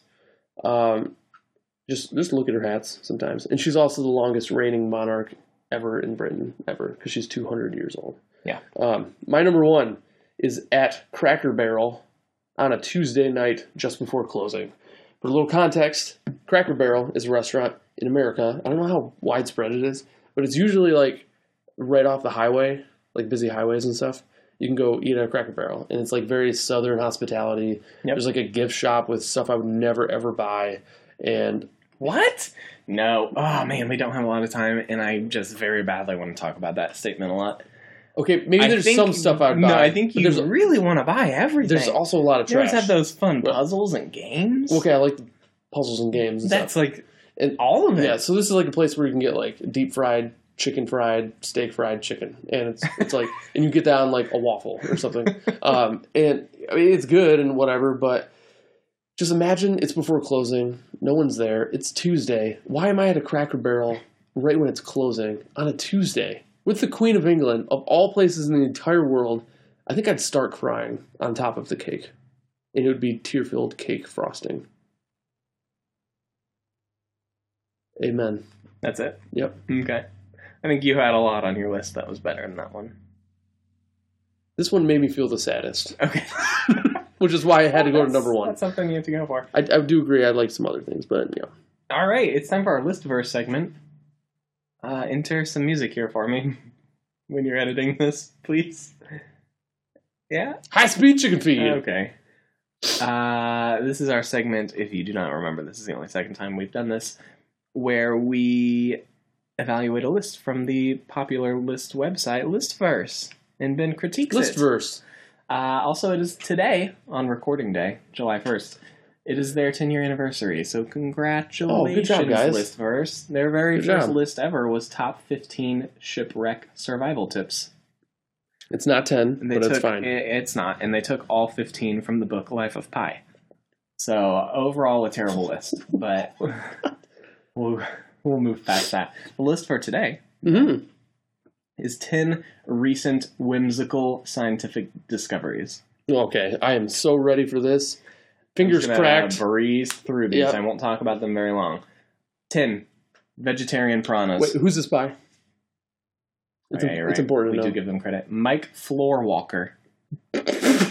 Speaker 2: Um, just just look at her hats sometimes, and she's also the longest reigning monarch ever in Britain ever because she's two hundred years old.
Speaker 1: Yeah.
Speaker 2: Um, my number one is at Cracker Barrel on a Tuesday night just before closing. For a little context, Cracker Barrel is a restaurant in America. I don't know how widespread it is, but it's usually like right off the highway, like busy highways and stuff. You can go eat at a Cracker Barrel, and it's like very southern hospitality.
Speaker 1: Yep.
Speaker 2: There's like a gift shop with stuff I would never ever buy, and
Speaker 1: What? No. Oh man, we don't have a lot of time, and I just very badly want to talk about that statement a lot.
Speaker 2: okay, maybe
Speaker 1: I
Speaker 2: there's
Speaker 1: think-
Speaker 2: some stuff I'd buy.
Speaker 1: No, I think
Speaker 2: but
Speaker 1: you
Speaker 2: there's,
Speaker 1: really want to buy everything.
Speaker 2: there's also a lot of
Speaker 1: you always
Speaker 2: trash.
Speaker 1: have those fun
Speaker 2: Well-
Speaker 1: puzzles and games.
Speaker 2: okay, I like the puzzles and games. And
Speaker 1: that's
Speaker 2: stuff.
Speaker 1: like
Speaker 2: and
Speaker 1: all of it.
Speaker 2: yeah, so this is like a place where you can get like deep fried chicken fried steak fried chicken and it's it's like [laughs] and you get that on like a waffle or something um and i mean it's good and whatever but Just imagine it's before closing. No one's there. It's Tuesday. Why am I at a Cracker Barrel right when it's closing on a Tuesday with the Queen of England of all places in the entire world? I think I'd start crying on top of the cake, and it would be tear-filled cake frosting. Amen.
Speaker 1: That's it.
Speaker 2: Yep.
Speaker 1: Okay. I think you had a lot on your list that was better than that one.
Speaker 2: This one made me feel the saddest, [laughs]
Speaker 1: Okay.
Speaker 2: which is why I had to go to number one.
Speaker 1: That's something you have to go for.
Speaker 2: I, I do agree. I like some other things, but yeah.
Speaker 1: All right, it's time for our list verse segment. Uh, enter some music here for me [laughs] when you're editing this, please. Yeah.
Speaker 2: High speed chicken feed.
Speaker 1: Okay. Uh, this is our segment. If you do not remember, this is the only second time we've done this, where we evaluate a list from the popular list website Listverse, and Ben critiques
Speaker 2: List
Speaker 1: it.
Speaker 2: verse.
Speaker 1: Uh, also, it is today on recording day, July 1st. It is their 10 year anniversary, so congratulations,
Speaker 2: Oh, good job, guys.
Speaker 1: Listverse. Their very
Speaker 2: Good
Speaker 1: first
Speaker 2: job.
Speaker 1: list ever was top 15 shipwreck survival tips.
Speaker 2: It's not ten,
Speaker 1: And they
Speaker 2: but
Speaker 1: took,
Speaker 2: it's fine.
Speaker 1: i- It's not, and they took all 15 from the book Life of Pi. So, overall, a terrible list,
Speaker 2: [laughs]
Speaker 1: but we'll, we'll move past that. The list for today
Speaker 2: Mhm.
Speaker 1: is 10 recent whimsical scientific discoveries.
Speaker 2: Okay, I am so ready for this.
Speaker 1: I'm just
Speaker 2: Fingers
Speaker 1: gonna uh,
Speaker 2: cracked.
Speaker 1: Breeze through these.
Speaker 2: Yep.
Speaker 1: I won't talk about them very long. Ten vegetarian piranhas.
Speaker 2: Wait, who's this by? It's,
Speaker 1: Okay,
Speaker 2: it's
Speaker 1: right.
Speaker 2: important
Speaker 1: We
Speaker 2: to
Speaker 1: do
Speaker 2: know.
Speaker 1: give them credit. Mike
Speaker 2: [laughs]
Speaker 1: Floorwalker. [laughs]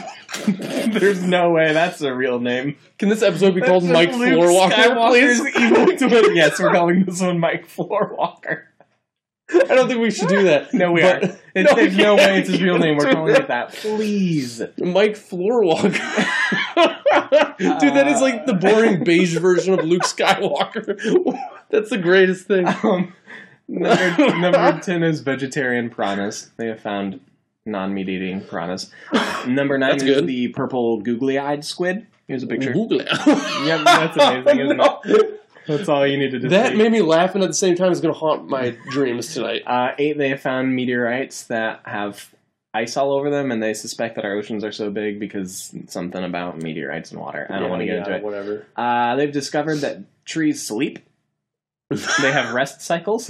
Speaker 1: There's no way that's a real name.
Speaker 2: Can this episode be called
Speaker 1: That's
Speaker 2: Mike
Speaker 1: Luke
Speaker 2: Floorwalker,
Speaker 1: Skywalker's
Speaker 2: [laughs] please?
Speaker 1: evil twin. Yes, we're calling this one Mike Floorwalker.
Speaker 2: I don't think we should do
Speaker 1: [laughs]
Speaker 2: that.
Speaker 1: No, we
Speaker 2: But-
Speaker 1: are. It's,
Speaker 2: [laughs] No,
Speaker 1: there's
Speaker 2: we
Speaker 1: no way
Speaker 2: can't
Speaker 1: it's his real
Speaker 2: do
Speaker 1: name. We're calling
Speaker 2: that.
Speaker 1: it
Speaker 2: [laughs]
Speaker 1: that. Please.
Speaker 2: Mike Floorwalker. [laughs] Dude, that is like the boring beige version of
Speaker 1: [laughs]
Speaker 2: Luke Skywalker. [laughs] That's the greatest thing.
Speaker 1: Um, number,
Speaker 2: [laughs]
Speaker 1: number 10 is vegetarian piranhas. They have found non meat eating piranhas. Number 9
Speaker 2: That's
Speaker 1: is
Speaker 2: good. Mm-hmm.
Speaker 1: the purple googly eyed squid. Here's a picture.
Speaker 2: [laughs] Google it.
Speaker 1: Yep, that's [laughs] amazing, isn't
Speaker 2: No.
Speaker 1: That's all you needed to
Speaker 2: That
Speaker 1: see.
Speaker 2: made me laugh, and at the same time, it's going to haunt my dreams tonight.
Speaker 1: uh, 8, they have found meteorites that have ice all over them, and they suspect that our oceans are so big because something about meteorites and water. I don't want to get into it.
Speaker 2: Whatever.
Speaker 1: Uh, they've discovered that trees sleep. they
Speaker 2: [laughs]
Speaker 1: have rest cycles.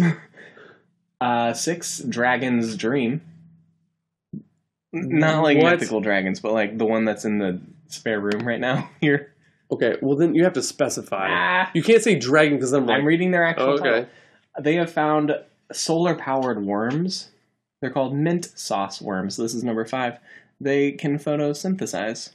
Speaker 1: Uh, six dragons dream. N- Not like
Speaker 2: What?
Speaker 1: mythical dragons, but like the one that's in the spare room right now. [laughs] Here,
Speaker 2: Okay, well then you have to specify.
Speaker 1: Ah,
Speaker 2: You can't say dragon because I'm like,
Speaker 1: I'm reading their
Speaker 2: oh,
Speaker 1: actual
Speaker 2: okay.
Speaker 1: title. They have found solar powered worms. They're called mint sauce worms. This is number five. They can photosynthesize.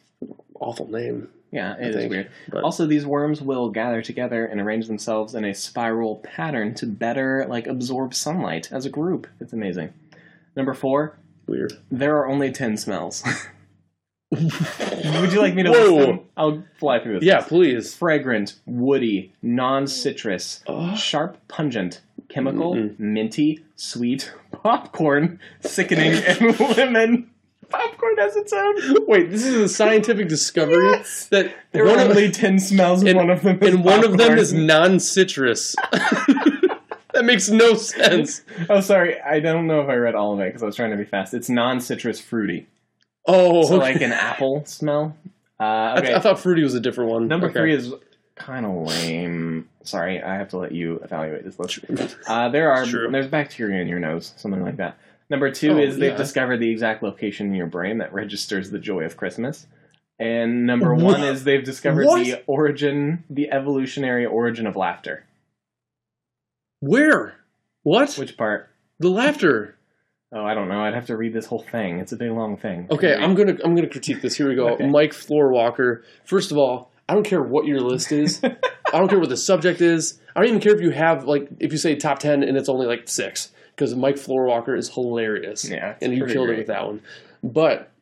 Speaker 2: Awful name.
Speaker 1: Yeah,
Speaker 2: I
Speaker 1: it is
Speaker 2: think,
Speaker 1: weird.
Speaker 2: but-
Speaker 1: Also, these worms will gather together and arrange themselves in a spiral pattern to better like absorb sunlight as a group. It's amazing. Number four,
Speaker 2: Weird.
Speaker 1: there are only ten smells. [laughs] Would you like me to
Speaker 2: Whoa.
Speaker 1: list them? I'll fly through this.
Speaker 2: Yeah, please.
Speaker 1: Fragrant, woody, non-citrus,
Speaker 2: Ugh.
Speaker 1: sharp, pungent, chemical,
Speaker 2: Uh-huh. Mm-mm.
Speaker 1: minty, sweet, popcorn, sickening, and [laughs] women. Popcorn has its own.
Speaker 2: [laughs] Wait, this is a scientific discovery
Speaker 1: Yes.
Speaker 2: that
Speaker 1: There
Speaker 2: one
Speaker 1: are
Speaker 2: of,
Speaker 1: only ten smells, and,
Speaker 2: and-
Speaker 1: one of them is
Speaker 2: and one of them
Speaker 1: popcorn.
Speaker 2: is non-citrus. [laughs] that makes no sense.
Speaker 1: Oh, sorry. I don't know if I read all of it because I was trying to be fast. It's non-citrus fruity,
Speaker 2: Oh,
Speaker 1: so like
Speaker 2: okay.
Speaker 1: an apple smell. Uh,
Speaker 2: I,
Speaker 1: okay.
Speaker 2: I thought fruity was a different one.
Speaker 1: Number
Speaker 2: Okay.
Speaker 1: three is kind of lame. Sorry, I have to let you evaluate this list. Uh, there are
Speaker 2: True.
Speaker 1: there's bacteria in your nose, something like that. Number two
Speaker 2: Oh,
Speaker 1: is they've
Speaker 2: yeah.
Speaker 1: discovered the exact location in your brain that registers the joy of Christmas. And number one
Speaker 2: What?
Speaker 1: is they've discovered
Speaker 2: What?
Speaker 1: the origin, the evolutionary origin of laughter.
Speaker 2: where? What?
Speaker 1: Which part?
Speaker 2: The laughter.
Speaker 1: Oh, I don't know. I'd have to read this whole thing. It's a big long thing.
Speaker 2: Okay, I'm gonna I'm gonna critique this. Here we go.
Speaker 1: Okay.
Speaker 2: Mike Floorwalker. First of all, I don't care what your list
Speaker 1: [laughs]
Speaker 2: is. I don't care what the subject is. I don't even care if you have like if you say top ten and it's only like six because Mike Floorwalker is hilarious.
Speaker 1: Yeah, it's
Speaker 2: and you
Speaker 1: pretty
Speaker 2: killed
Speaker 1: great.
Speaker 2: it with that one. But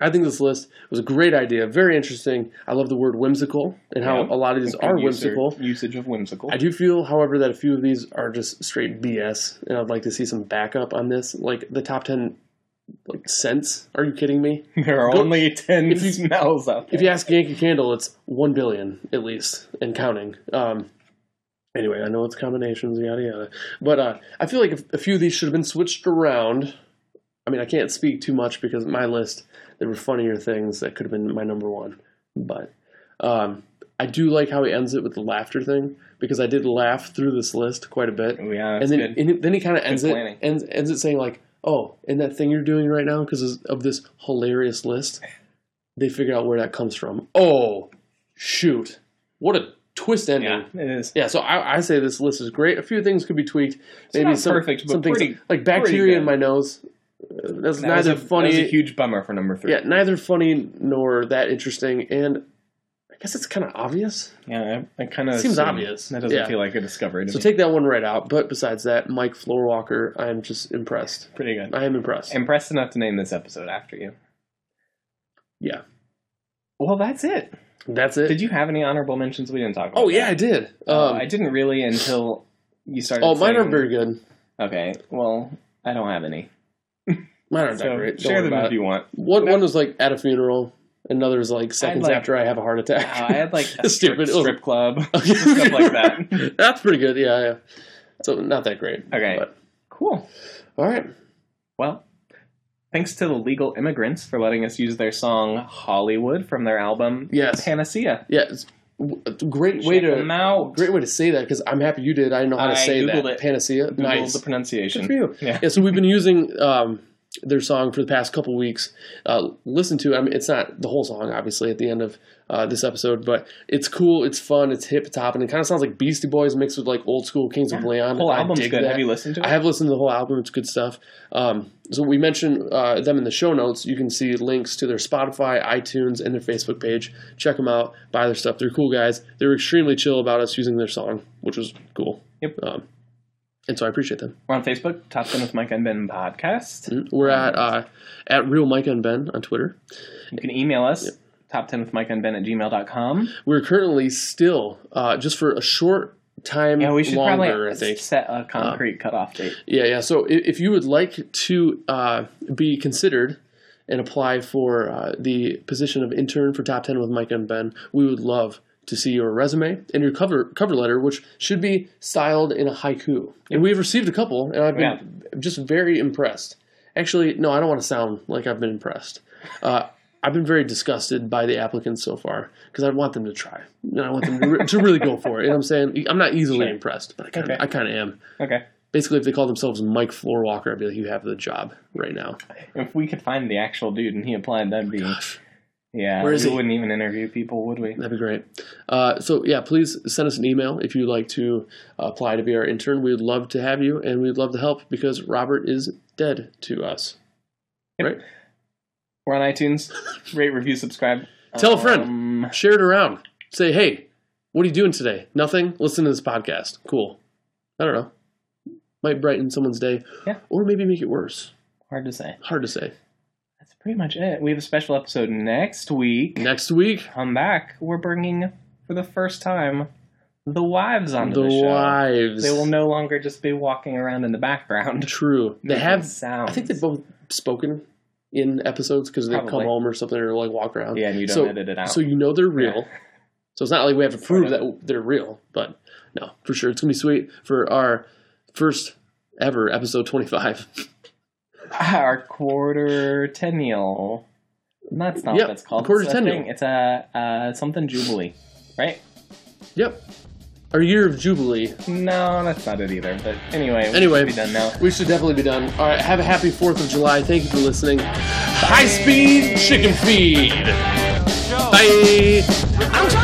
Speaker 2: I think this list was a great idea. Very interesting. I love the word whimsical and how
Speaker 1: Yeah.
Speaker 2: a lot of these
Speaker 1: Good
Speaker 2: are
Speaker 1: use or-
Speaker 2: whimsical.
Speaker 1: Usage of whimsical.
Speaker 2: I do feel, however, that a few of these are just straight BS, and I'd like to see some backup on this. Like the top ten, like cents. Are you kidding me?
Speaker 1: [laughs] there are
Speaker 2: Go-
Speaker 1: only ten
Speaker 2: if
Speaker 1: [laughs]
Speaker 2: you-
Speaker 1: smells out there.
Speaker 2: If you ask Yankee Candle, it's one billion at least and counting. Um, anyway, I know it's combinations, yada yada. But uh, I feel like if a few of these should have been switched around. I mean, I can't speak too much because my list there were funnier things that could have been my number one. But um, I do like how he ends it with the laughter thing because I did laugh through this list quite a bit.
Speaker 1: Yeah, that's
Speaker 2: and then
Speaker 1: good.
Speaker 2: and then he kind of ends it
Speaker 1: planning.
Speaker 2: ends, ends it saying like, "Oh, and that thing you're doing right now because of this hilarious list, they figured out where that comes from." Oh, shoot! What a twist ending.
Speaker 1: yeah,
Speaker 2: Yeah.
Speaker 1: it is.
Speaker 2: so I, I say this list is great. A few things could be tweaked. Maybe
Speaker 1: not
Speaker 2: some,
Speaker 1: perfect, but
Speaker 2: some things
Speaker 1: pretty-
Speaker 2: like
Speaker 1: pretty
Speaker 2: bacteria in
Speaker 1: good.
Speaker 2: my nose. Uh, That's
Speaker 1: That was
Speaker 2: neither
Speaker 1: a,
Speaker 2: funny.
Speaker 1: That was a huge bummer for number three.
Speaker 2: yeah, neither funny nor that interesting. And I guess it's kind of obvious.
Speaker 1: yeah I, I kind of
Speaker 2: Seems obvious.
Speaker 1: That doesn't
Speaker 2: Yeah.
Speaker 1: feel like a discovery. To
Speaker 2: So
Speaker 1: me.
Speaker 2: take that one right out. But besides that, Mike Floorwalker, I'm just impressed.
Speaker 1: pretty good.
Speaker 2: I am impressed.
Speaker 1: Impressed enough to name this episode after you.
Speaker 2: Yeah,
Speaker 1: Well, that's it.
Speaker 2: that's it.
Speaker 1: Did you have any honorable mentions we didn't talk about?
Speaker 2: oh yeah, I did. Um,
Speaker 1: Uh, I didn't really until you started.
Speaker 2: oh, mine
Speaker 1: saying-
Speaker 2: are very good.
Speaker 1: Okay, well, I don't have any.
Speaker 2: Mine aren't that
Speaker 1: So
Speaker 2: great. Don't
Speaker 1: share
Speaker 2: worry
Speaker 1: them
Speaker 2: about
Speaker 1: if
Speaker 2: it.
Speaker 1: you want.
Speaker 2: One, one was like at a funeral. Another was like seconds
Speaker 1: like-
Speaker 2: after I have a
Speaker 1: [laughs]
Speaker 2: heart attack.
Speaker 1: Uh, I
Speaker 2: [laughs]
Speaker 1: had like a strip,
Speaker 2: Stupid.
Speaker 1: strip
Speaker 2: [laughs]
Speaker 1: club [laughs] stuff like that.
Speaker 2: That's pretty good. Yeah, yeah. So not that great.
Speaker 1: Okay,
Speaker 2: But-
Speaker 1: cool.
Speaker 2: All right.
Speaker 1: Well, thanks to the Legal Immigrants for letting us use their song "Hollywood" from their album
Speaker 2: Yes.
Speaker 1: "Panacea."
Speaker 2: Yeah. It's w- a great way
Speaker 1: Check
Speaker 2: to
Speaker 1: them out.
Speaker 2: great way to say that because I'm happy you did. I didn't know how to
Speaker 1: I
Speaker 2: say that.
Speaker 1: Googled it.
Speaker 2: Panacea.
Speaker 1: Google
Speaker 2: nice.
Speaker 1: the
Speaker 2: Good
Speaker 1: pronunciation.
Speaker 2: for you.
Speaker 1: Yeah.
Speaker 2: so we've been using um, their song for the past couple weeks. Uh, listen to, I mean, it's not the whole song, obviously, at the end of uh, this episode, but it's cool, it's fun, it's hip, it's hop, and it kind of sounds like Beastie Boys mixed with like old school Kings of Leon.
Speaker 1: Whole
Speaker 2: I
Speaker 1: album's
Speaker 2: dig
Speaker 1: good.
Speaker 2: that.
Speaker 1: Have you listened to it?
Speaker 2: I have listened to the whole album. It's good stuff. Um, so we mentioned uh, them in the show notes. You can see links to their Spotify, iTunes, and their Facebook page. Check them out. Buy their stuff. They're cool guys. They were extremely chill about us using their song, which was cool.
Speaker 1: Yep.
Speaker 2: Um, and so I appreciate them.
Speaker 1: We're on Facebook, Top Ten with Mike and Ben podcast.
Speaker 2: We're at uh, at Real Mike and Ben on Twitter.
Speaker 1: You can email us top ten with Mike and Ben at gmail.com.
Speaker 2: We're currently still uh, just for a short time
Speaker 1: Yeah, we should
Speaker 2: longer.
Speaker 1: probably
Speaker 2: I think. Uh,
Speaker 1: set a concrete cutoff date.
Speaker 2: Yeah, yeah. So i- if you would like to uh, be considered and apply for uh, the position of intern for Top Ten with Mike and Ben, we would love to see your resume and your cover cover letter, which should be styled in a haiku. And we've received a couple, and I've been just very impressed. Actually, no, I don't want to sound like I've been impressed. Uh, I've been very disgusted by the applicants so far because I want them to try and I want them to, re- to really go for it. You know what I'm saying? I'm not easily
Speaker 1: Sure.
Speaker 2: impressed, but I kind of
Speaker 1: Okay.
Speaker 2: I kind of am
Speaker 1: Okay.
Speaker 2: basically if they call themselves Mike Floorwalker, I'd be like, you have the job right now.
Speaker 1: If we could find the actual dude and he applied, that'd be
Speaker 2: Gosh,
Speaker 1: yeah.
Speaker 2: Where is
Speaker 1: we
Speaker 2: he?
Speaker 1: wouldn't even interview people, would we?
Speaker 2: that'd be great. Uh, so yeah, please send us an email if you'd like to apply to be our intern. We'd love to have you, and we'd love to help because Robert is dead to us. Right?
Speaker 1: We're on iTunes. Rate, review, subscribe.
Speaker 2: Tell a friend.
Speaker 1: Um,
Speaker 2: Share it around. Say, hey, what are you doing today? Nothing. Listen to this podcast. Cool. I don't know. Might brighten someone's day,
Speaker 1: Yeah.
Speaker 2: or maybe make it worse.
Speaker 1: hard to say.
Speaker 2: Hard to say.
Speaker 1: That's pretty much it. We have a special episode next week.
Speaker 2: Next week,
Speaker 1: Come back. We're bringing for the first time the wives onto
Speaker 2: the,
Speaker 1: the, show.
Speaker 2: wives.
Speaker 1: They will no longer just be walking around in the background.
Speaker 2: True.
Speaker 1: [laughs]
Speaker 2: They
Speaker 1: making
Speaker 2: have
Speaker 1: sounds.
Speaker 2: I think they've both spoken in episodes because they've come
Speaker 1: Probably.
Speaker 2: home or something or like walk around.
Speaker 1: Yeah, and you don't
Speaker 2: so,
Speaker 1: edit it out.
Speaker 2: So you know they're real.
Speaker 1: Yeah.
Speaker 2: [laughs] So it's not like we have to prove
Speaker 1: Sort
Speaker 2: that they're real, but no, for sure. It's going to be sweet for our first ever episode 25.
Speaker 1: [laughs] our quartertennial. That's not
Speaker 2: Yep,
Speaker 1: what it's called.
Speaker 2: quartertennial.
Speaker 1: It's a, thing. It's a uh, something jubilee, right?
Speaker 2: [laughs] yep. Our year of Jubilee.
Speaker 1: No, that's not it either. But anyway, we
Speaker 2: Anyway,
Speaker 1: should be done now.
Speaker 2: we should definitely be done. All right, have a happy 4th of July. Thank you for listening. High speed chicken feed. Bye.
Speaker 4: I'm trying Oh,